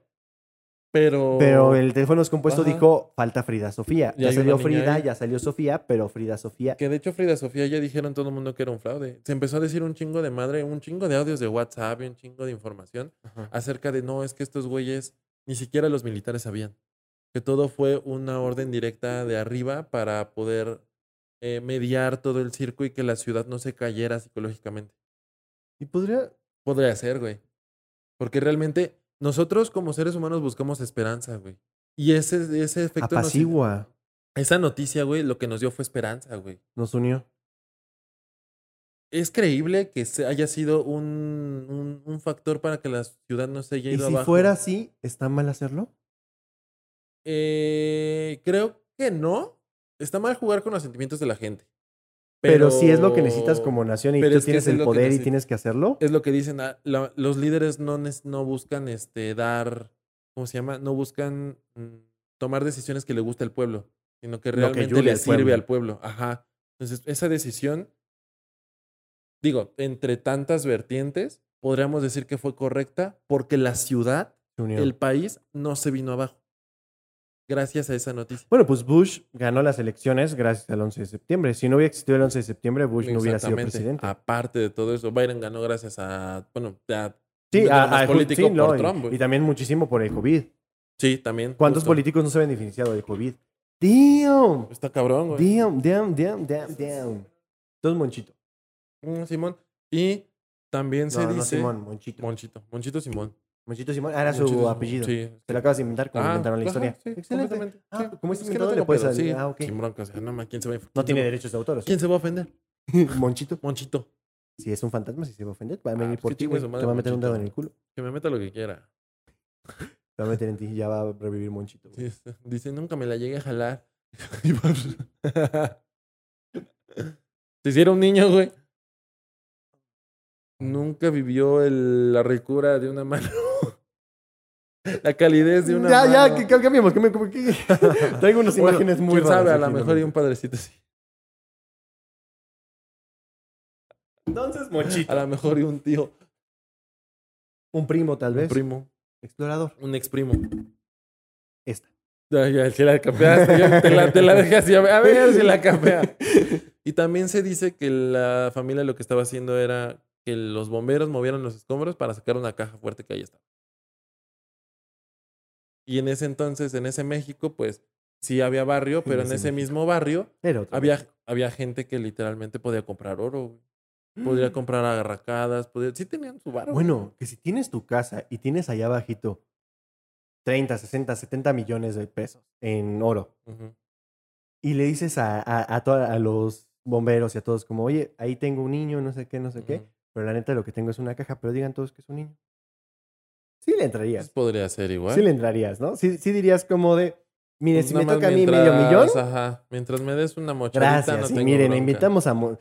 B: pero.
A: Pero el teléfono descompuesto
B: Oh, Ajá.
A: dijo, falta Frida Sofía.
B: Y
A: Ya
B: hay una
A: salió
B: niña
A: Frida,
B: ahí.
A: ya salió Sofía, pero Frida Sofía.
B: Que de hecho Frida Sofía ya dijeron todo el mundo que era un fraude. Se empezó a decir un chingo de madre, un chingo de audios de WhatsApp y un chingo de información. acerca de no, es que estos güeyes ni siquiera los militares sabían. Que todo fue una orden directa de arriba para poder eh, mediar todo el circo y que la ciudad no se cayera psicológicamente.
A: Y podría,
B: Podría ser, güey. Porque realmente nosotros como seres humanos buscamos esperanza, güey. Y ese, ese efecto... nos-
A: apacigua,
B: esa noticia, güey, lo que nos dio fue esperanza, güey.
A: nos unió.
B: Es creíble que se haya sido un, un, un factor para que la ciudad no se haya
A: Y
B: ido
A: si
B: abajo.
A: fuera así, ¿está mal hacerlo?
B: Eh, creo que no. Está mal jugar con los sentimientos de la gente.
A: Pero, si es lo que necesitas como nación y
B: pero
A: tú
B: es que
A: tienes
B: eso es
A: el
B: lo que
A: poder y
B: necesito.
A: tienes que hacerlo,
B: Es lo que dicen. ah, la- los líderes no, nes- no buscan este, dar. ¿Cómo se llama? No buscan mm, tomar decisiones que le guste al pueblo, sino que
A: que
B: realmente
A: ayude
B: le
A: al
B: sirve
A: pueblo.
B: al pueblo. Ajá. Entonces, esa decisión, digo, entre tantas vertientes, podríamos decir que fue correcta porque la ciudad,
A: se unió.
B: el país, no se vino abajo. Gracias a esa noticia.
A: Bueno, pues Bush ganó las elecciones gracias al 11 de septiembre. Si no hubiera existido el 11 de septiembre, Bush no hubiera sido
B: Exactamente. Ah,
A: presidente.
B: Aparte de todo eso, Biden ganó gracias a, bueno, a-
A: sí,
B: nada
A: a-
B: más
A: a-
B: político
A: sí,
B: por
A: no, y-
B: Trump, güey.
A: y, también muchísimo por el COVID.
B: sí, también.
A: ¿Cuántos
B: justo.
A: políticos no se ven beneficiado del COVID? Damn,
B: Está cabrón, güey.
A: damn, damn, damn, damn, damn. Entonces, Monchito.
B: Mm, Simón. Y también se
A: No, no,
B: dice
A: Simón, Monchito.
B: Monchito, Monchito Simón.
A: Monchito Simón, ah, era su
B: Monchito Simón,
A: apellido.
B: Sí. Ah,
A: Te lo acabas de inventar como inventaron la
B: ajá,
A: historia.
B: sí,
A: Excelente.
B: completamente.
A: Ah,
B: Sí.
A: como es
B: que
A: inventado,
B: tengo
A: le puedes
B: pedo,
A: hacer-
B: sí.
A: ah, ok.
B: Sin broncas. Ah, No, ma, ¿quién se va a
A: No
B: quién
A: tiene
B: se va-
A: derechos de autor. o sí.
B: ¿Quién se va a ofender?
A: Monchito.
B: Monchito.
A: Si es un fantasma, si se va a ofender, va a
B: Ah,
A: venir
B: pues
A: por
B: que
A: ti,
B: chingue
A: güey.
B: su
A: Te
B: madre,
A: va a meter un dedo en el
B: Monchito.
A: culo.
B: Que me meta lo que quiera.
A: Te va a meter en ti y ya va a revivir Monchito. güey.
B: Sí, sí. Dice, nunca me la llegué a jalar. Y va- Se hiciera un niño, güey. Nunca vivió el- la ricura de una mano. la calidez de una
A: Mm, ya,
B: mano.
A: ya, que, que cambiemos. que me- como que- Traigo unas
B: Bueno,
A: imágenes muy
B: ¿Quién
A: raras.
B: sabe? A lo
A: aquí,
B: mejor y
A: no
B: un padrecito sí.
A: Entonces, Monchito.
B: A lo mejor y un tío.
A: Un primo, tal
B: Un
A: vez.
B: primo.
A: Explorador.
B: Un ex primo.
A: Esta.
B: Ya, ya, si la capeaste, ya te la, te la dejé así. A ver, a ver si la capea. Y también se dice que la familia lo que estaba haciendo era que los bomberos movieran los escombros para sacar una caja fuerte que ahí estaba. Y en ese entonces, en ese México, pues sí había barrio, pero en ese,
A: ese México.
B: mismo barrio
A: Era otro
B: había, había gente que literalmente podía comprar oro, güey. Podía comprar agarracadas, podía... sí tenían su barro. güey.
A: Mm. Bueno, que si tienes tu casa y tienes allá abajito 30, 60, 70 millones de pesos en oro
B: Ujú.
A: y le dices a, a, a toda- a los bomberos y a todos como, oye, ahí tengo un niño, no sé qué, no sé qué,
B: Ujú.
A: pero la neta lo que tengo es una caja, pero digan todos que es un niño. Sí le
B: Pues
A: entrarías,
B: podría ser igual.
A: sí le entrarías, ¿no? Sí, sí dirías como de, mire,
B: Pues
A: si me
B: nada más
A: toca a mí medio
B: mientras-
A: millón,
B: Ajá, mientras me des una mochadita pues, no
A: gracias. y
B: tengo
A: miren,
B: bronca.
A: invitamos a... Mon-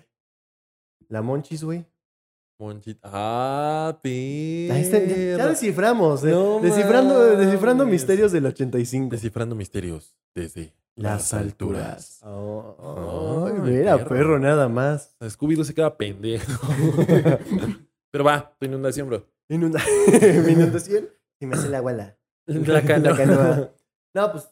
A: la Monchis, güey.
B: Monchita. Ah, perra.
A: Ahí está, ya, ya desciframos. eh.
B: No
A: descifrando, descifrando
B: mames.
A: misterios del 85.
B: Descifrando misterios desde las, alturas.
A: Oh,
B: Ay,
A: mira,
B: perro.
A: perro. nada más.
B: Ah, Scooby-Doo se queda pendejo. Pero va, tu inundación, bro.
A: Inunda- Mi inundación. Y me hace la guala.
B: La
A: La canoa. No, pues.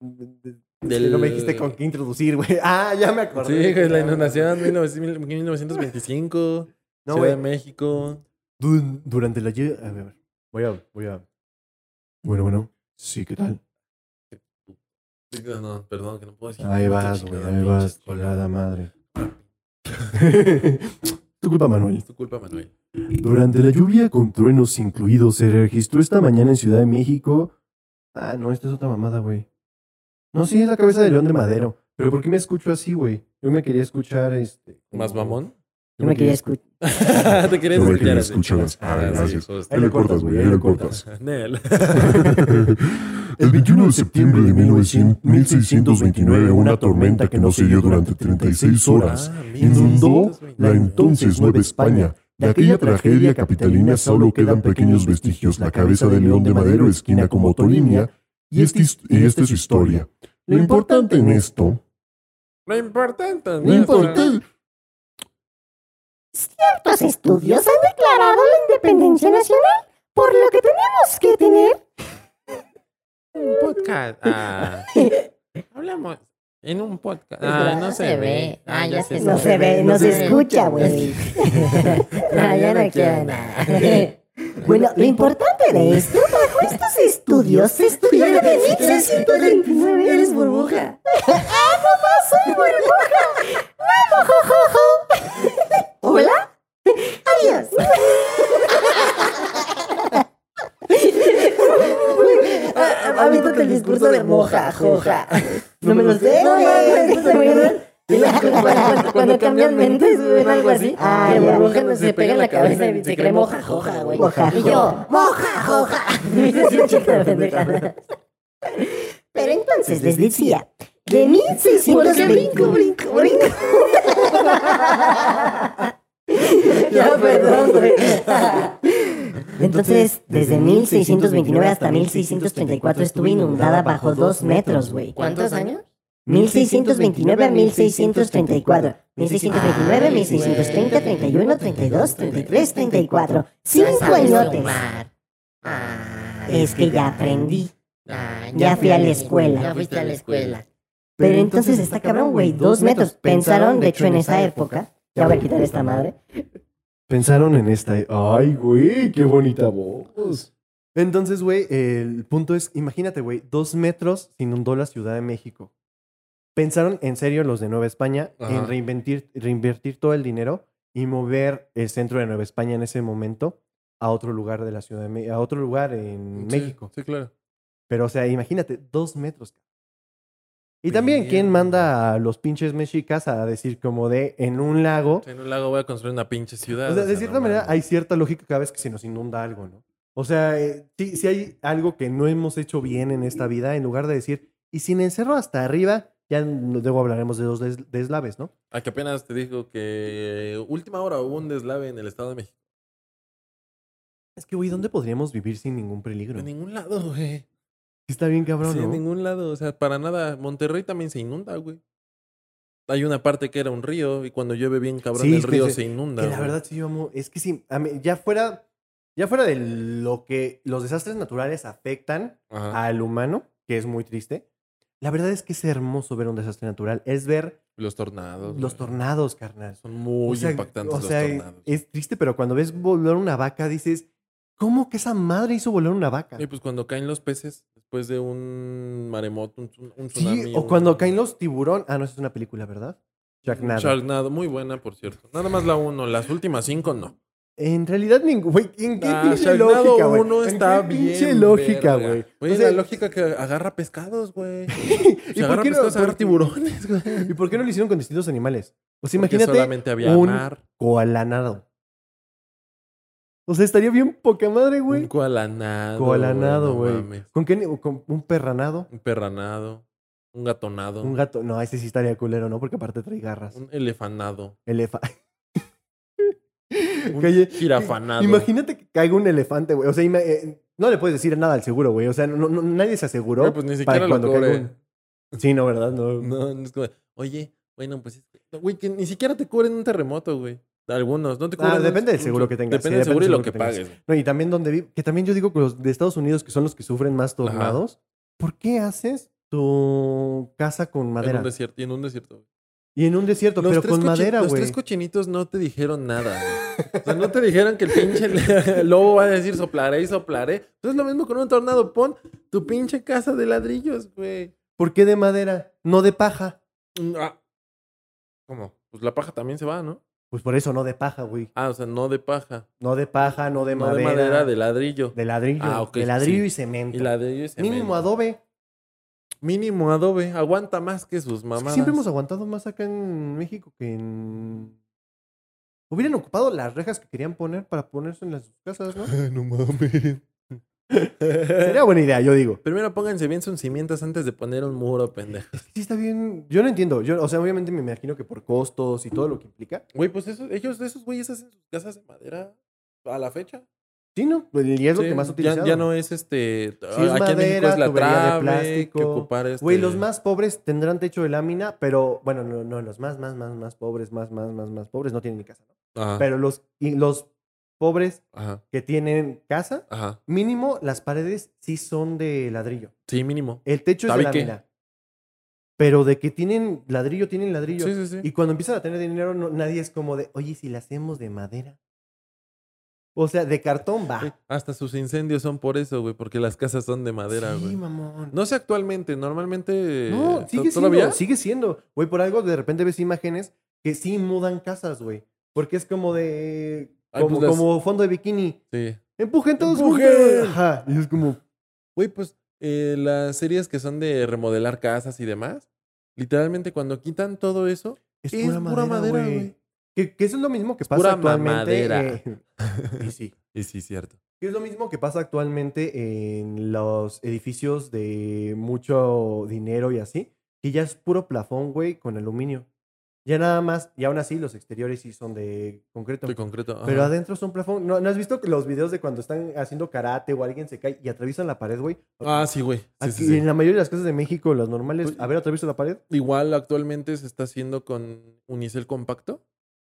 A: es que No me dijiste con qué introducir, güey. Ah, ya me acordé.
B: Sí, güey, la
A: Ya,
B: inundación 1900 1925,
A: No,
B: Ciudad
A: güey.
B: de México.
A: Du- Durante la lluvia. A ver, voy a, voy a. Bueno, bueno. Sí, ¿qué tal?
B: No, no, perdón, que no puedo decir.
A: Ahí
B: Puta
A: vas, güey.
B: chingada,
A: Ahí
B: pinches
A: vas,
B: coladas.
A: colada madre. tu culpa, Manuel.
B: Es tu culpa, Manuel.
A: Durante la lluvia con truenos incluidos se registró esta mañana en Ciudad de México. Ah, no, esta es otra mamada, güey. No, sí, es la cabeza de León de Madero. Pero ¿por qué me escucho así, güey? Yo me quería escuchar este.
B: ¿Más mamón?
A: Yo me quería escuchar.
B: Te querías
C: Yo me
B: escuchar
C: quería
B: así.
C: escuchar así. Ah, gracias.
B: justo.
C: Ahí le cortas, güey, ahí le cortas. Ah,
B: Nel.
C: El 21 de septiembre de 1900 1629, una tormenta que no se dio durante 36
B: Ah,
C: horas inundó la entonces Nueva España. De aquella tragedia capitalina solo quedan pequeños vestigios, la cabeza de León de Madero, esquina con Motolinia, y esta y esta es su historia. Lo importante en esto,
B: No importa, entonces.
C: lo importante,
D: Los estudios han declarado la independencia nacional, por lo que tenemos que tener
B: Un podcast. Ah. Hablamos en un podcast. Ah,
E: Pero
B: no se ve. Ah, ya se
D: No se ve, no se escucha, güey. Ah, ya no quiero nada. Bueno, lo importante de esto, bajo estos estudios, se estudiaron en 1629. Eres burbuja. ¡Ah, mamá, soy burbuja! ¡Vamos, jojojo! ¿Hola? ¡Adiós! Ah, Aviéntate el discurso de moja, joja. No me lo sé. No, mames, ¿te acuerdas? Cuando, cuando cambian mentes, ven algo así.
E: Ah,
D: que
E: ya.
D: burbuja no se pega en la cabeza y se cree moja, joja, güey. Y yo, moja, joja. Es un chico de pendejada. Pero entonces les decía, de 1625, brinco, brinco, brinco. ya, perdón, güey. Entonces, desde 1629 hasta 1634 estuve inundada bajo dos metros, güey.
E: ¿Cuántos años?
D: 1629 a 1634. 1629, 1630, 31, 32, 33, 34. ¡Cinco añotes!
E: Ah,
D: Es que ya aprendí. ya fui a la escuela.
E: Ya Ah, fuiste a la escuela.
D: Pero entonces está cabrón, güey. Dos metros. Pensaron, de hecho, en esa época. Ya voy a quitar esta madre.
A: Pensaron en esta. e-, oh. Ay, güey, qué bonita voz. Entonces, güey, el punto es: imagínate, güey, dos metros se inundó la Ciudad de México. Pensaron en serio los de Nueva España
B: Ajá.
A: en reinventir, reinvertir todo el dinero y mover el centro de Nueva España en ese momento a otro lugar de la Ciudad de Me- a otro lugar en México.
B: Sí, claro.
A: Pero, o sea, imagínate, dos metros. cabrón. Y también, ¿quién
B: Verga.
A: manda a los pinches mexicas a decir como de en un lago?
B: En un lago voy a construir una pinche ciudad.
A: O sea, de
B: no
A: cierta manera
B: mames.
A: hay cierta lógica cada vez que se nos inunda algo, ¿no? O sea, eh, si, si hay algo que no hemos hecho bien en esta vida, en lugar de decir, y sin encerro hasta arriba, ya n- luego hablaremos de dos des- deslaves, ¿no?
B: A que apenas te dijo que última hora hubo un deslave en el Estado de México.
A: Es que, güey, ¿dónde podríamos vivir sin ningún peligro?
B: En ningún lado, güey.
A: Está bien cabrón,
B: Sí, en
A: ¿no?
B: ningún lado. O sea, para nada. Monterrey también se inunda, güey. Hay una parte que era un río y cuando llueve bien cabrón
A: Sí,
B: el río
A: fíjese,
B: se inunda.
A: Que la
B: güey.
A: verdad sí yo amo, es que sí, a mí- ya fuera, ya fuera de lo que los desastres naturales afectan
B: Ajá.
A: al humano, que es muy triste, la verdad es que es hermoso ver un desastre natural, es ver
B: Los tornados.
A: Los
B: güey.
A: tornados, carnal.
B: Son
A: o
B: muy
A: sea,
B: impactantes
A: o
B: los
A: sea, e
B: tornados.
A: es triste, pero cuando ves volar una vaca, dices, ¿cómo que esa madre hizo volar una vaca?
B: Y pues cuando caen los peces, después de un maremoto, un, tsun- un tsunami.
A: Sí, o
B: un-
A: cuando caen los tiburón. Ah, no, esa es una película, ¿verdad? Sharknado.
B: Sharknado, muy buena, por cierto. Nada más la uno, las últimas cinco no.
A: En realidad, ningún. Güey, ¿en qué
B: Ah,
A: pinche
B: Sharknado
A: lógica, güey?
B: uno
A: ¿En qué
B: está bien.
A: pinche lógica,
B: verga.
A: güey.
B: Güey,
A: O sea,
B: la lógica que agarra pescados, güey.
A: ¿y
B: Si
A: por
B: agarra
A: qué no-
B: pescados, agarra
A: por-
B: tiburones, güey.
A: ¿Y por qué no lo hicieron con distintos animales? O sea,
B: Porque
A: imagínate
B: solamente había
A: un-
B: mar,
A: coalanado. O sea, estaría bien poca madre,
B: un
A: güey.
B: coalanado.
A: Coalanado,
B: no
A: güey.
B: mames.
A: ¿Con qué? ni- ¿Con un perranado?
B: Un perranado, un gatonado,
A: Un
B: un,
A: gato. No, ese sí estaría culero, ¿no? Porque aparte trae garras.
B: elefanado,
A: Elefa.
B: un
A: Calle-
B: jirafanado.
A: Imagínate que caiga un elefante, güey. O sea, ima- eh, no le puedes decir nada al seguro, güey. O sea, no, no- nadie se aseguró.
B: Güey, pues ni siquiera lo
A: cuando caiga
B: cobre.
A: un- Sí, no, ¿verdad? No.
B: No, no es como, oye, bueno, pues, es que- no, güey, que ni siquiera te cubren un terremoto, güey. Algunos, no te
A: Ah,
B: cubren. un-
A: depende del
B: un-
A: seguro que tengas, sí,
B: Depende del seguro y lo que,
A: tengas.
B: pagues. güey.
A: No, y también donde vi- que también yo digo que los de Estados Unidos, que son los que sufren más tornados, ¿por qué haces tu casa con
B: En
A: madera?
B: un desierto, y en un desierto. güey.
A: y en un desierto,
B: Los
A: pero
B: tres
A: con
B: cochi-
A: madera,
B: Los
A: güey.
B: tres cochinitos no te dijeron nada, güey. O sea, no te dijeron que el pinche le- lobo va a decir soplaré y soplaré. Entonces lo mismo con un tornado. Pon tu pinche casa de ladrillos, güey.
A: ¿Por qué de madera? No de paja.
B: Mm, ah. ¿Cómo? Pues la paja también se va, ¿no?
A: Pues por eso no de paja, güey.
B: Ah, o sea, no de paja.
A: No de paja, no de
B: no
A: madera.
B: de madera, de ladrillo.
A: de ladrillo.
B: Ah, ok,
A: de ladrillo
B: sí.
A: y cemento.
B: Y ladrillo y cemento.
A: Mínimo adobe.
B: Mínimo adobe. Aguanta más que sus
A: Es que
B: mamadas.
A: siempre hemos aguantado más acá en México que en. Hubieran ocupado las rejas que querían poner para ponerse en las casas, ¿no?
B: no mames.
A: Sería buena idea, yo digo.
B: Primero pónganse bien sus cimientos antes de poner un muro, pendejo.
A: Sí, está bien. Yo no entiendo. Yo, o sea, obviamente me imagino que por costos y todo lo que implica.
B: Güey, pues eso, ellos, esos güeyes hacen sus casas de madera a la fecha.
A: Sí, ¿no? Pues, Y es lo
B: Sí,
A: que más
B: ya-
A: utilizado.
B: Ya, no es este.
A: Sí, es
B: aquí en México
A: madera,
B: es
A: tubería
B: la
A: de
B: trave,
A: plástico.
B: que ocupar este.
A: Güey, los más pobres tendrán techo de lámina, pero bueno, no, no, los más, más, más, más pobres, más, más, más, más pobres no tienen ni casa. ¿no?
B: Ajá,
A: Pero los, y los pobres
B: ajá,
A: que tienen casa,
B: ajá.
A: mínimo las paredes sí son de ladrillo.
B: Sí, mínimo.
A: El techo es de
B: ¿Tabique?
A: lámina. Pero de que tienen ladrillo, tienen ladrillo.
B: Sí, sí, sí.
A: Y cuando empiezan a tener dinero, no- nadie es como de, oye, ¿y si la hacemos de madera. O sea, de cartón va.
B: Güey, Hasta sus incendios son por eso, güey, porque las casas son de madera,
A: sí,
B: güey.
A: mamón.
B: No sé actualmente, normalmente.
A: No,
B: eh,
A: sigue
B: to- ¿Todavía?
A: siendo, sigue siendo. Güey, por algo de repente ves imágenes que sí mudan casas, güey. Porque es como de.
B: Ay,
A: Como,
B: pues las-
A: como fondo de bikini.
B: Sí.
A: Empujen todos
B: ¡Empujen!
A: juntos. Ajá. Y es como.
B: Güey, pues eh, las series que son de remodelar casas y demás, literalmente cuando quitan todo eso,
A: Es,
B: Es
A: pura,
B: pura
A: madera,
B: madera,
A: güey.
B: güey.
A: Que, que eso es lo mismo que pasa
B: pura
A: actualmente.
B: mamadera.
A: eh, y sí.
B: y sí, cierto.
A: Que es lo mismo que pasa actualmente en los edificios de mucho dinero y así. Que ya es puro plafón, güey, con aluminio. Ya nada más. Y aún así, los exteriores sí son de concreto.
B: De concreto. ajá.
A: Pero adentro son plafón. ¿No, no has visto que los videos de cuando están haciendo karate o alguien se cae y atraviesan la pared, güey?
B: Ah, sí, güey. Sí,
A: Aquí,
B: sí, Pues, sí.
A: En la mayoría de las casas de México, las normales,
B: Oye.
A: a ver, atraviesan la pared.
B: Igual actualmente se está haciendo con unicel compacto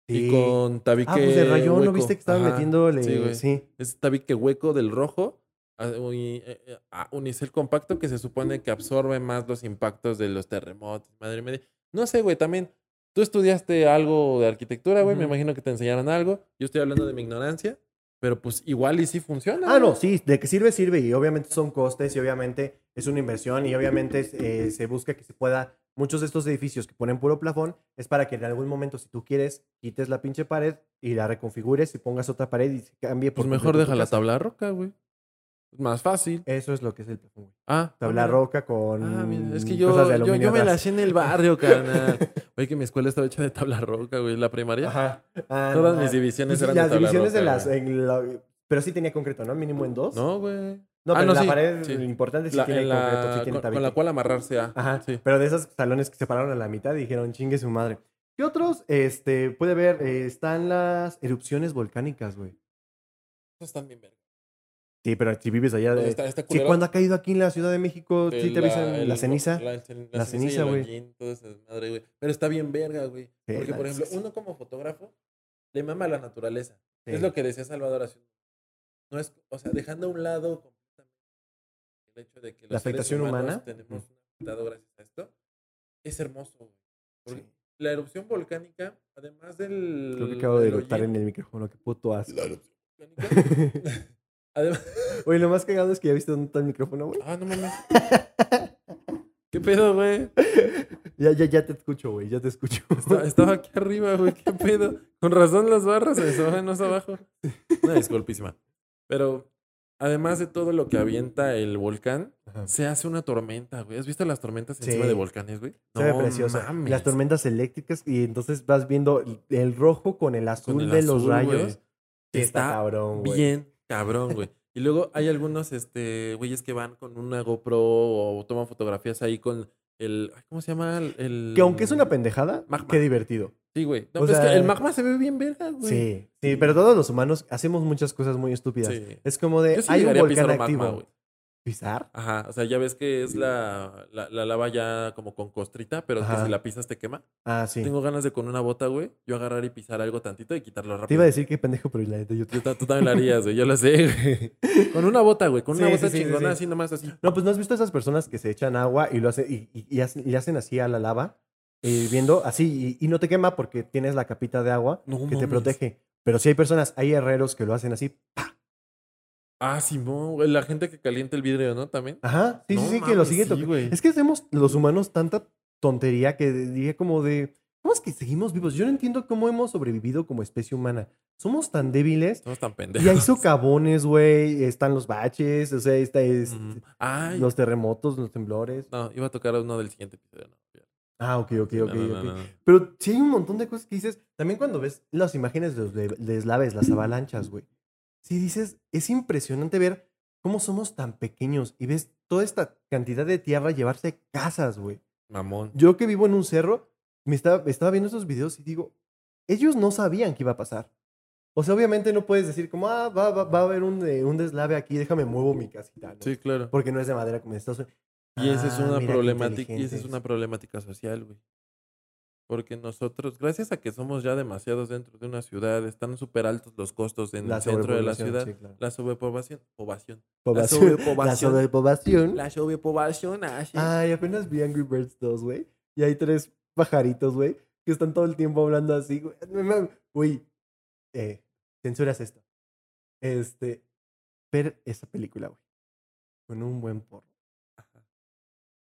B: y con tabique.
A: Ah, pues de rayón, ¿no
B: hueco.
A: viste que estaban
B: Ajá.
A: metiéndole?
B: Sí,
A: Sí,
B: güey. Es tabique hueco del rojo. a- uni- eh, eh, a unicel compacto que se supone que absorbe más los impactos de los terremotos. Madre mía. No sé, güey, también. Tú estudiaste algo de arquitectura, güey. Me
A: Ujú.
B: imagino que te enseñaron algo. Yo estoy hablando de mi ignorancia. Pero pues igual y sí funciona.
A: Ah,
B: güey.
A: no, sí, de que sirve, sirve. Y obviamente son costes y obviamente es una inversión y obviamente es, eh, se busca que se pueda... Muchos de estos edificios que ponen puro plafón es para que en algún momento, si tú quieres, quites la pinche pared y la reconfigures y pongas otra pared y se cambie. por
B: Pues mejor
A: completo tu
B: deja la
A: casa.
B: tabla roca, güey. Es Más fácil.
A: Eso es lo que es el plafón, güey.
B: Ah,
A: Tabla
B: ah, mira.
A: roca con
B: Ah, mira, es que yo,
A: cosas de
B: yo,
A: aluminio
B: yo me la
A: atrás.
B: hacía en el barrio, carnal. Oye, que mi escuela estaba hecha de tabla roca, güey. La primaria.
A: Ajá. Ah,
B: Todas
A: no,
B: mis
A: ah.
B: divisiones
A: Sí,
B: eran de
A: Las
B: tabla
A: divisiones de
B: roca,
A: las...
B: güey.
A: en la- Pero sí tenía concreto, ¿no? Mínimo en dos.
B: No, güey.
A: No,
B: Ah,
A: pero
B: no,
A: la
B: sí,
A: pared
B: sí.
A: lo importante sí
B: La-
A: tiene
B: en la-
A: concreto, sí tiene
B: con, con
A: tabique.
B: la cual amarrarse a.
A: Ajá.
B: Sí.
A: Pero de esos salones que se pararon a la mitad y dijeron, chingue su madre. ¿Qué otros? Este, puede haber, eh, están las erupciones volcánicas, güey.
B: Esas están bien verga.
A: Sí, pero si vives allá
B: Donde
A: de...
B: está esta
A: Sí,
B: culera
A: cuando ha caído aquí en la Ciudad de México,
B: de
A: sí te avisan
B: el-
A: la ceniza.
B: La,
A: La ceniza,
B: ceniza,
A: güey.
B: güey. Todo ese desmadre, güey. Pero está bien verga, güey.
A: Sí,
B: Porque,
A: la-
B: por ejemplo,
A: sí, sí.
B: uno como fotógrafo le mama la naturaleza.
A: Sí.
B: Es lo que decía Salvador hace un No es, o sea, dejando a un lado completamente el hecho de que los
A: La
B: seres
A: afectación Mm.
B: humanos
A: humana.
B: tenemos un afectado gracias a esto, es hermoso. güey. Porque
A: Sí.
B: La erupción volcánica, además del.
A: Creo que acabo de
B: del
A: eructar en
B: hollín
A: el micrófono. Qué puto asco.
B: volcánico, además-
A: Oye, lo más cagado es que ya viste dónde está el micrófono, güey.
B: Ah, no mames. ¿Qué pedo, güey?
A: Ya, ya, ya te escucho, güey. Ya te escucho.
B: Esta- Estaba aquí arriba, güey. ¿Qué pedo? Con razón las barras se desbajan más abajo. Una disculpísima. Pero además de todo lo que avienta el volcán,
A: Ajá.
B: se hace una tormenta, güey. ¿Has visto las tormentas
A: Sí.
B: encima de volcanes, güey?
A: Se ve preciosa.
B: mames.
A: Las tormentas eléctricas y entonces vas viendo el rojo con el azul
B: el
A: de los
B: azul,
A: rayos.
B: güey.
A: Sí, está,
B: Está
A: cabrón, güey.
B: Bien, cabrón, güey. Y luego hay algunos, este, güeyes que van con una GoPro o toman fotografías ahí con el, ay, ¿cómo se llama? El, el-
A: Que aunque es una pendejada,
B: Mm. Magma.
A: qué divertido.
B: Sí, güey. No,
A: o
B: pero es
A: sea-
B: que el magma se ve bien verga, güey.
A: Sí, sí, pero todos los humanos hacemos muchas cosas muy estúpidas.
B: Sí.
A: Es como de,
B: Yo sí
A: hay un
B: llegaría a pisar
A: volcán
B: un magma,
A: activo.
B: güey.
A: ¿Pisar?
B: Ajá, o sea, ya ves que es la, la, la lava ya como con costrita, pero es que
A: Ajá.
B: si la pisas te quema.
A: Ah, sí.
B: Tengo ganas de con una bota, güey, yo agarrar y pisar algo tantito y quitarlo rápido.
A: Te iba a decir que pendejo, pero la neta yo...
B: Yo ta- tú también lo harías, güey, yo lo sé, güey. Con una bota, güey, con una
A: Sí,
B: bota
A: sí, sí, sí,
B: chingona
A: sí.
B: así nomás así.
A: No, pues ¿no has visto esas personas que se echan agua y lo hacen, y, y- y hacen, y hacen así a la lava? eh, viendo así, y, y no te quema porque tienes la capita de agua
B: No
A: que te
B: mames.
A: protege. Pero sí hay personas, hay herreros que lo hacen así.
B: Ah, Simón, güey, la gente que calienta el vidrio, ¿no? También.
A: Ajá, sí,
B: No
A: sí, sí, que lo
B: mames,
A: sigue
B: sí,
A: tocando.
B: güey.
A: Es que hacemos los humanos tanta tontería que diría como de, ¿cómo es que seguimos vivos? Yo no entiendo cómo hemos sobrevivido como especie humana. Somos tan débiles
B: Somos tan pendejos.
A: y hay socavones, güey, están los baches, o sea, está es-
B: Mm, Ay,
A: los terremotos, los temblores.
B: no, iba a tocar uno del siguiente episodio. No, ya.
A: Ah, ok, ok,
B: No,
A: ok,
B: no, no,
A: ok.
B: no, no.
A: Pero sí hay un montón de cosas que dices. También cuando ves las imágenes de los de, de eslaves, las avalanchas, güey. Sí dices, es impresionante ver cómo somos tan pequeños y ves toda esta cantidad de tierra llevarse casas, güey.
B: Mamón.
A: Yo que vivo en un cerro, me estaba, estaba viendo esos videos y digo, ellos no sabían que iba a pasar. O sea, obviamente no puedes decir como, ah, va, va, va a haber un, eh, un deslave aquí, déjame muevo mi casita. ¿no?
B: Sí, claro.
A: Porque no es de madera como en Estados Unidos.
B: Y esa es
A: Ah,
B: una
A: mira qué
B: problemática, y esa es
A: inteligentes.
B: una problemática social, güey. Porque nosotros, gracias a que somos ya demasiados dentro de una ciudad, están súper altos los costos en el centro de la
A: sobrepoblación,
B: ciudad.
A: sí, claro.
B: La sobrepoblación. Población.
A: Población. La
B: sobrepoblación.
A: sobrepoblación.
B: La sobrepoblación. ah, sí.
A: Ay, apenas vi Angry Birds 2, güey. Y hay tres pajaritos, güey, que están todo el tiempo hablando así, güey. No mames. Güey, eh, censuras esto. Este, ver esa película, güey. Con un buen porro.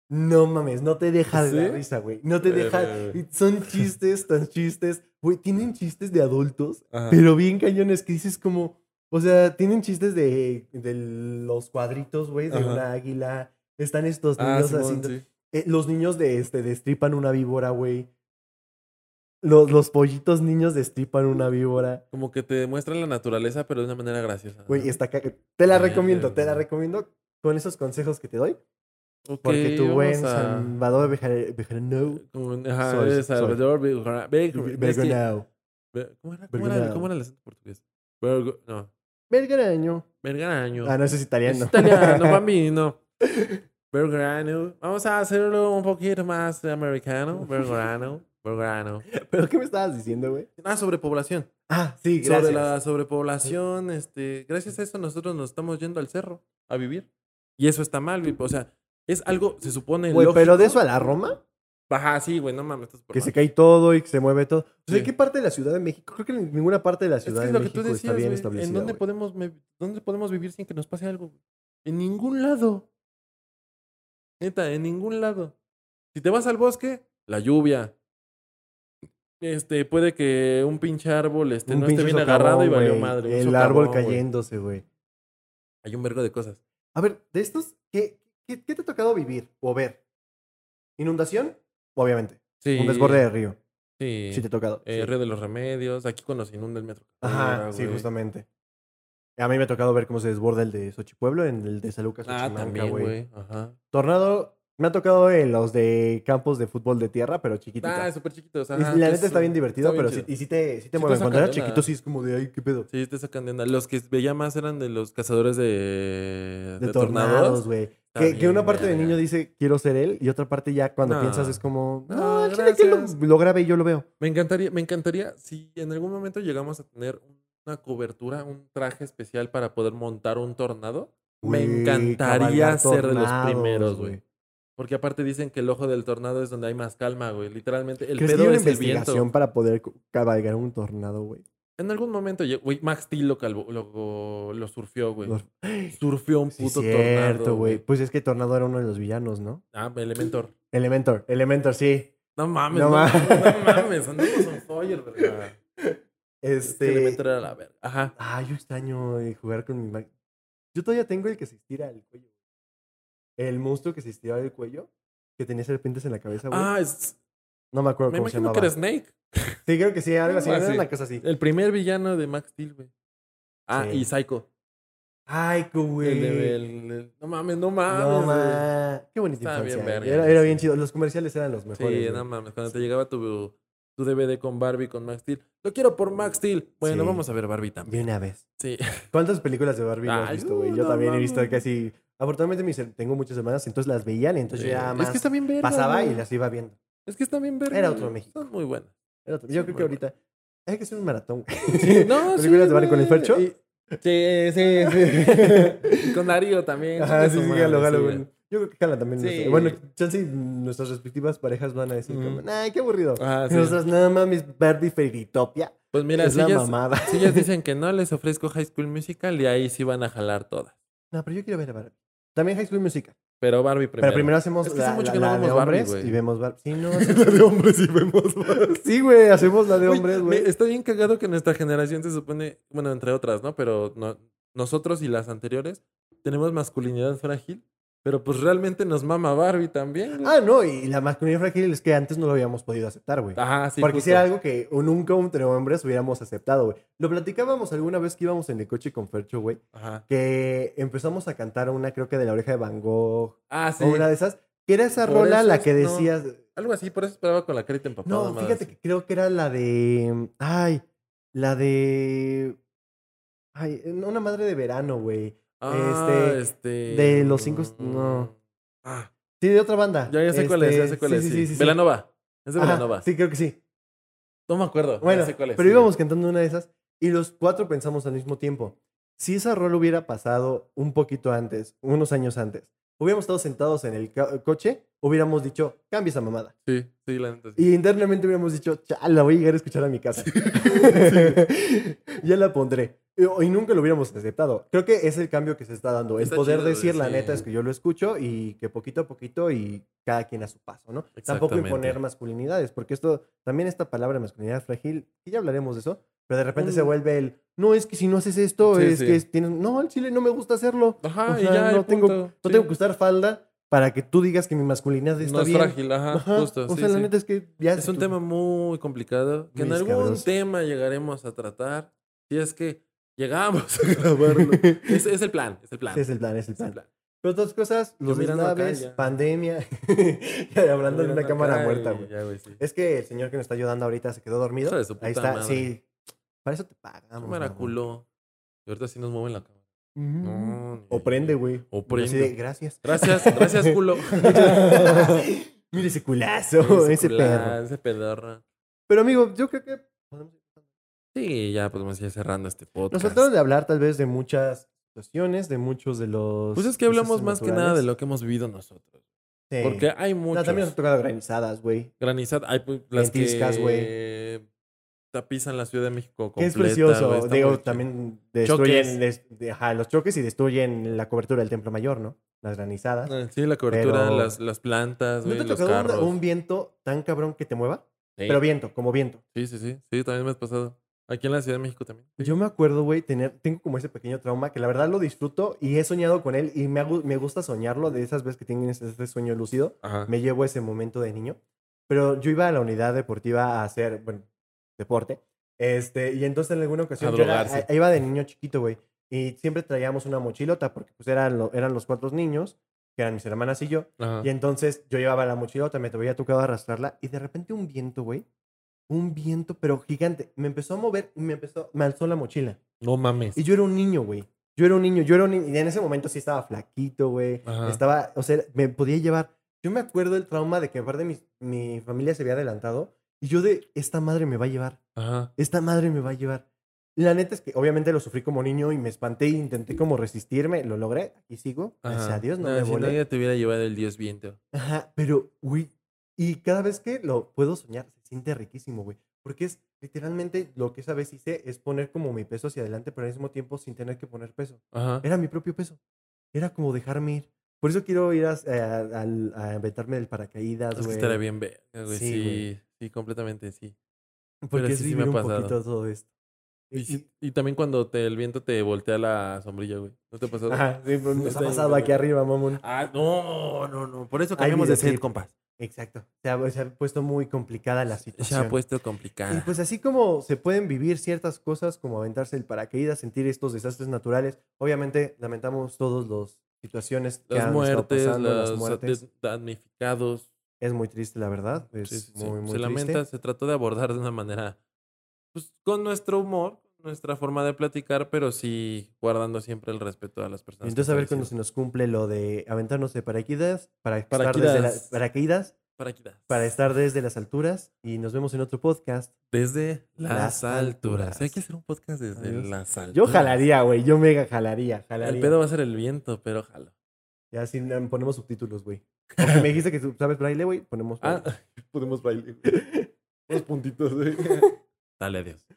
A: No mames, no te deja de la
B: ¿Sí?
A: risa, güey. No te deja.
B: Verga, güey.
A: Son chistes, tan chistes. Güey, tienen chistes de adultos
B: Ajá.
A: pero bien cañones que dices como, o sea, tienen chistes de, de los cuadritos, güey, de
B: Ajá.
A: una águila. Están estos
B: Ah,
A: niños
B: Simón,
A: haciendo...
B: sí.
A: eh, los niños de este destripan una víbora, güey. Los, los pollitos niños destripan una víbora.
B: Como que te muestran la naturaleza, pero de una manera graciosa.
A: Güey,
B: Ajá.
A: está ca- Te la
B: Verga,
A: recomiendo, te la
B: güey.
A: recomiendo con esos consejos que te doy.
B: Ok,
A: Porque tu buen
B: vamos a-
A: Salvador Bejar- Bejarano...
B: con- ajá,
A: Soy-
B: eres
A: soy.
B: Salvador Vergara- Vergara- es que-
A: Vergonao.
B: Ver- ¿Cómo era? ¿Cómo era,
A: Vergonao.
B: cómo era el acento portugués? Vergo- no.
A: Vergaraño.
B: Vergaraño.
A: Ah, no, ese es italiano.
B: Es italiano, bambino. Vergrano. Vamos a hacerlo un poquito más americano. Vergrano. Vergrano.
A: ¿Pero qué me estabas diciendo, güey?
B: Ah, sobrepoblación.
A: Ah, sí, gracias.
B: Sobre la sobrepoblación, este, gracias a eso nosotros nos estamos yendo al cerro a vivir. Y eso está mal, güey. O sea, es algo, se supone.
A: Güey, pero de eso
B: lógico.
A: a la Roma...
B: Ajá, sí, güey, no mames. estás por
A: Que
B: mal.
A: se cae todo y que se mueve todo. O sea,
B: Sí.
A: ¿qué parte de la Ciudad de México? Creo que en ninguna parte de la
B: Es que
A: Ciudad
B: es
A: de
B: lo que
A: México
B: tú decías,
A: está bien
B: güey,
A: establecida.
B: ¿En dónde
A: güey.
B: podemos, me- dónde podemos vivir sin que nos pase algo? güey? En ningún lado. Neta, en ningún lado. Si te vas al bosque, la lluvia. Este, puede que un pinche árbol este,
A: Un
B: no esté
A: pinche
B: bien
A: socavón,
B: agarrado y valió
A: güey.
B: madre. un
A: El
B: socavón,
A: árbol
B: güey.
A: cayéndose, güey.
B: Hay un vergo de cosas.
A: A ver, de estos, ¿qué, qué, qué te ha tocado vivir o ver? ¿Inundación? Obviamente.
B: Sí.
A: Un desborde de río.
B: Sí.
A: Sí, te ha tocado.
B: Eh,
A: Sí.
B: Río de los Remedios. Aquí cuando se inunda el metro.
A: Ajá,
B: Carrera,
A: sí,
B: güey.
A: justamente. A mí me ha tocado ver cómo se desborda el de Xochipueblo en el de San Lucas,
B: Ah,
A: Xochimanca,
B: también,
A: güey.
B: güey. Ajá.
A: Tornado, me ha tocado en los de campos de fútbol de tierra, pero chiquititos.
B: Ah, súper chiquitos.
A: Y
B: ajá,
A: la
B: que
A: neta
B: es
A: está bien
B: un-
A: divertido,
B: está bien
A: pero
B: chido.
A: sí, y sí te, sí te
B: Sí te
A: mueven. Cuando
B: saca
A: era
B: de onda.
A: chiquito, sí es como de, ay, qué pedo.
B: Sí, te sacan de onda. Los que veía más eran de los cazadores de,
A: De, tornados, güey.
B: Está
A: Que, que
B: bien,
A: una parte de
B: verga.
A: niño dice, quiero ser él, y otra parte ya cuando
B: No.
A: piensas es como, no,
B: No,
A: al chile que lo,
B: gracias.
A: lo grabe y yo lo veo.
B: Me encantaría, me encantaría si en algún momento llegamos a tener una cobertura, un traje especial para poder montar un tornado. Me
A: Güey,
B: encantaría
A: cabalgar
B: ser de los
A: tornados,
B: primeros, güey. Porque aparte dicen que el ojo del tornado es donde hay más calma, güey. Literalmente, el
A: Que sí
B: pedo
A: dio una
B: es el viento.
A: investigación para poder cu- cabalgar un tornado, güey.
B: En algún momento, llegó- güey, Max Steel lo, calvo- lo, lo surfió, güey.
A: Los-
B: Surfió un
A: Sí,
B: puto
A: cierto,
B: tornado,
A: güey. Pues es que Tornado era uno de los villanos, ¿no?
B: Ah, Elementor.
A: Elementor, Elementor, sí.
B: No mames,
A: No
B: no,
A: ma-
B: no mames, andamos on fire, ¿verdad? Este
A: Este.
B: Elementor era la verga. Ajá.
A: Ah, yo extraño eh, jugar con mi Mac. Yo todavía tengo el que se estira al cuello. El monstruo que se estiraba el cuello, que tenía serpientes en la cabeza, güey.
B: Ah, es-
A: no me acuerdo
B: me
A: cómo se
B: imagino
A: llamaba.
B: que era Snake.
A: Sí, creo que sí, algo así.
B: Ah,
A: era
B: sí.
A: una cosa así.
B: El primer villano de Max Steel, güey. Ah,
A: Sí.
B: y Psycho.
A: Ay, güey.
B: El de- el- el- no mames, no mames.
A: No,
B: güey.
A: ma. Qué bonita
B: Estaba bien
A: infancia.
B: verga,
A: era,
B: güey,
A: era
B: sí.
A: bien chido. Los comerciales eran los mejores.
B: Sí,
A: güey.
B: no mames. Cuando te llegaba tu, tu DVD con Barbie, con Max Steel. Lo quiero por Max Steel. Bueno,
A: Sí.
B: vamos a ver Barbie
A: De
B: también.
A: una vez.
B: Sí.
A: ¿Cuántas películas de Barbie no has
B: Ay,
A: visto, güey?
B: no,
A: Yo
B: no
A: también he visto
B: mames.
A: casi. Afortunadamente mis her- tengo muchas hermanas, entonces las veían, entonces
B: Sí.
A: yo ya
B: Es
A: más
B: que está bien verga.
A: pasaba
B: güey.
A: y las iba viendo.
B: Es que está bien verga.
A: Era otro
B: güey.
A: México.
B: Son muy buenas.
A: Era otro- Yo
B: Sí,
A: creo que
B: muy
A: ahorita hay que hacer un maratón. güey.
B: No,
A: ¿Películas de Barbie con el
B: güey.
A: Fercho?
B: Y- Sí, sí, sí. Y con Darío también.
A: Ajá,
B: chinga
A: sí,
B: su
A: sí,
B: madre,
A: jalo, jalo,
B: sí,
A: güey. Yo creo que jalan también.
B: Sí.
A: nuestra- Bueno, chance y nuestras respectivas parejas van a decir, como,
B: Ujú.
A: ay, qué aburrido.
B: Ah,
A: Y
B: sí.
A: Nosotras, nada mames, Barbie Fairytopia.
B: Pues mira,
A: es
B: si
A: la
B: ellas,
A: mamada.
B: si ellas dicen que no, les ofrezco High School Musical y ahí sí van a jalar todas.
A: No, pero yo quiero ver a Barbie. También High School Musical.
B: Pero Barbie primero.
A: Pero primero hacemos
B: Es que
A: la,
B: hace mucho
A: la-
B: que no
A: la de
B: vemos Barbie,
A: hombres
B: güey.
A: y vemos Barbie. Sí, no.
B: de hombres y vemos
A: sí, güey, hacemos la de hombres,
B: Oye,
A: güey.
B: me- Está bien cagado que nuestra generación se supone, bueno, entre otras, ¿no? Pero no- nosotros y las anteriores tenemos masculinidad frágil, pero pues realmente nos mama Barbie también. güey.
A: Ah, no, y la masculinidad frágil es que antes no lo habíamos podido aceptar, güey.
B: Ajá, Ah,
A: Ah,
B: sí.
A: Porque si
B: justo.
A: era algo que o nunca entre hombres hubiéramos aceptado, güey. Lo platicábamos alguna vez que íbamos en el coche con Fercho, güey,
B: Ajá.
A: que empezamos a cantar una, creo que de la oreja de Van Gogh,
B: Ah, sí.
A: o una de esas, que era esa
B: Por
A: rola
B: eso
A: la
B: es-
A: que
B: no.
A: decías...
B: Algo así, por eso esperaba con la carita empapada.
A: No,
B: madre,
A: fíjate
B: así.
A: que creo que era la de... mm, Ay, la de... Ay, eh, una madre de verano, güey.
B: Ah,
A: este,
B: este.
A: de los cinco- no.
B: Ah,
A: Sí, de otra banda. este,
B: ya, ya sé cuál es, ya sé cuál
A: sí,
B: es.
A: Sí, sí, sí, sí.
B: Velanova. Es de
A: Ajá,
B: Velanova.
A: Sí, creo que sí.
B: No me acuerdo.
A: Bueno,
B: ya sé cuál es.
A: pero
B: sí.
A: íbamos cantando una de esas y los cuatro pensamos al mismo tiempo. Si esa rola hubiera pasado un poquito antes, unos años antes, hubiéramos estado sentados en el ca- coche, hubiéramos dicho, cambia esa mamada.
B: Sí, sí, la neta. sí.
A: Y internamente hubiéramos dicho, chal, la voy a llegar a escuchar a mi casa. ya la pondré. Y, y nunca lo hubiéramos aceptado. Creo que es el cambio que se está dando. El
B: Está
A: poder
B: chido,
A: decir, la
B: sí.
A: neta, es que yo lo escucho y que poquito a poquito y cada quien a su paso, ¿no? Tampoco
B: Exactamente.
A: imponer masculinidades, porque esto, también esta palabra masculinidad frágil, y ya hablaremos de eso, pero de repente se
B: Mm.
A: vuelve el, no, es que si no haces esto,
B: Sí,
A: es
B: sí.
A: que es- tienes, no, al chile no me gusta hacerlo.
B: Ajá,
A: O
B: y
A: sea,
B: ya.
A: no
B: y
A: tengo-
B: punto.
A: No
B: Sí.
A: tengo que usar falda para que tú digas que mi masculinidad está
B: No es
A: bien.
B: frágil, ajá,
A: Ajá,
B: justo.
A: o
B: sí,
A: sea, la
B: sí.
A: neta es que ya
B: Es
A: si
B: un
A: tú-
B: tema muy complicado que en
A: Muy
B: algún
A: escabroso.
B: tema llegaremos a tratar. Si es que llegamos a grabarlo. es, es el plan, es el plan.
A: Sí, es el plan, es el
B: es el
A: plan.
B: plan.
A: Pero otras cosas, los
B: mirando acá
A: naves,
B: ya.
A: pandemia, y hablando de
B: Mira,
A: una
B: no,
A: cámara
B: acá y
A: muerta, güey.
B: ya, güey, sí.
A: Es que el señor que nos está ayudando ahorita se quedó dormido.
B: Hijo de su puta
A: Ahí está,
B: madre.
A: sí. Para eso te pagamos.
B: Cámara
A: mamón.
B: culó. Y ahorita sí nos mueven la cámara.
A: Ujú.
B: No, ni-
A: Mm. O prende, güey.
B: O
A: Así
B: prende.
A: de, gracias.
B: Gracias, gracias, culo.
A: Mira ese culazo, ese perro.
B: culo, Ese pedorro.
A: Pero amigo, yo creo que podemos-
B: Sí, ya pues vamos a ir cerrando este
A: nos
B: podcast.
A: trataron de hablar tal vez de muchas situaciones, de muchos de los...
B: pues es que hablamos más que nada de lo que hemos vivido nosotros.
A: que...
B: Porque hay
A: No,
B: muchos.
A: también nos han tocado granizadas, güey.
B: Granizada. Hay pues, las
A: Ventiscas,
B: que tapizan la Ciudad de México
A: Que
B: completa.
A: es precioso.
B: güey, está muy
A: Digo,
B: chido.
A: también
B: Choques.
A: destruyen des- de- ajá, los choques y destruyen la cobertura del Templo Mayor, ¿no? Las granizadas.
B: Ah, Sí, la cobertura,
A: Pero-
B: las, las plantas,
A: ¿No
B: güey,
A: te ha
B: los
A: tocado un-
B: carros.
A: un viento tan cabrón que te mueva?
B: Sí.
A: Pero viento, como viento.
B: Sí, sí, sí. Sí, también me has pasado. Aquí en la Ciudad de México también. Sí.
A: Yo me acuerdo, güey, tener, tengo como ese pequeño trauma que la verdad lo disfruto y he soñado con él y me, ha gu- me gusta soñarlo de esas veces que tienes este sueño lúcido.
B: Ajá.
A: Me llevo ese momento de niño. Pero yo iba a la unidad deportiva a hacer, bueno, deporte. Este, y entonces en alguna ocasión
B: A
A: yo era-
B: drogarse.
A: a- iba de niño chiquito, güey. Y siempre traíamos una mochilota porque pues eran, lo- eran los cuatro niños, que eran mis hermanas y yo.
B: Ajá.
A: Y entonces yo llevaba la mochilota, me había tocado arrastrarla y de repente un viento, güey. Un viento, pero gigante. Me empezó a mover y me empezó, me alzó la mochila.
B: No mames.
A: Y yo era un niño, güey. Yo era un niño, yo era un niño. Y en ese momento sí estaba flaquito, güey.
B: Ajá.
A: Estaba, o sea, me podía llevar. Yo me acuerdo el trauma de que aparte mi, mi familia se había adelantado. Y yo de, esta madre me va a llevar.
B: Ajá.
A: Esta madre me va a llevar. La neta es que obviamente lo sufrí como niño y me espanté e intenté como resistirme. Lo logré. Aquí sigo. Gracias
B: Ajá.
A: a Dios no,
B: Nah,
A: me
B: si
A: volé.
B: no, ya te hubiera llevado el dios viento.
A: Ajá, pero, güey, y cada vez que lo puedo soñar, se siente riquísimo, güey. Porque es literalmente lo que esa vez hice es poner como mi peso hacia adelante, pero al mismo tiempo sin tener que poner peso.
B: Ajá.
A: Era mi propio peso. Era como dejarme ir. Por eso quiero ir a, a- al- a inventarme del paracaídas,
B: Es que
A: güey.
B: estaría bien verga, güey.
A: Sí,
B: Sí,
A: güey.
B: sí, completamente sí.
A: Porque
B: pero
A: es
B: sí, sí me
A: vivir
B: ha
A: un
B: pasado.
A: poquito todo esto.
B: Y,
A: Y-
B: sí- y también cuando te, el viento te voltea la sombrilla, güey. ¿No te pasó?
A: Ajá, sí, pues, nos ha
B: Está bien,
A: pasado
B: cabrón.
A: aquí arriba, mamón.
B: Ah, no, no, no. Por eso
A: Hay
B: cambiamos de
A: videoclip.
B: set, compas.
A: Exacto. Se ha, se ha puesto muy complicada la
B: Se
A: situación.
B: ha puesto ah.
A: Y
B: complicada.
A: pues así como se pueden vivir ciertas cosas, como aventarse el paracaídas, sentir estos desastres naturales, obviamente lamentamos todas las situaciones que
B: las
A: han estado
B: muertes,
A: pasando,
B: los
A: las muertes.
B: des- damnificados.
A: Es muy triste, la verdad. Es
B: Sí, sí, sí.
A: muy, muy
B: se
A: triste.
B: lamenta, se trató de abordar de una manera, pues con nuestro humor, nuestra forma de platicar, pero sí guardando siempre el respeto a las
A: Y
B: personas.
A: entonces a ver cuando
B: cuándo
A: se nos cumple lo de aventarnos de paracaídas, para estar
B: Paraquidas.
A: desde la- paracaídas,
B: Para aquí, da.
A: para estar desde las alturas y nos vemos en otro podcast.
B: Desde las,
A: Las
B: alturas.
A: alturas.
B: Hay que hacer un podcast desde
A: Adiós.
B: las alturas.
A: Yo jalaría, güey, yo mega jalaría, jalaría.
B: El pedo va a ser el viento, pero jalo.
A: Ya así mm, ponemos subtítulos, güey. Porque me dijiste que tú sabes braille, güey, ponemos
B: Ah,
A: braille.
B: podemos bailar.
A: Unos puntitos, ¿eh? güey.
B: Dale, adiós.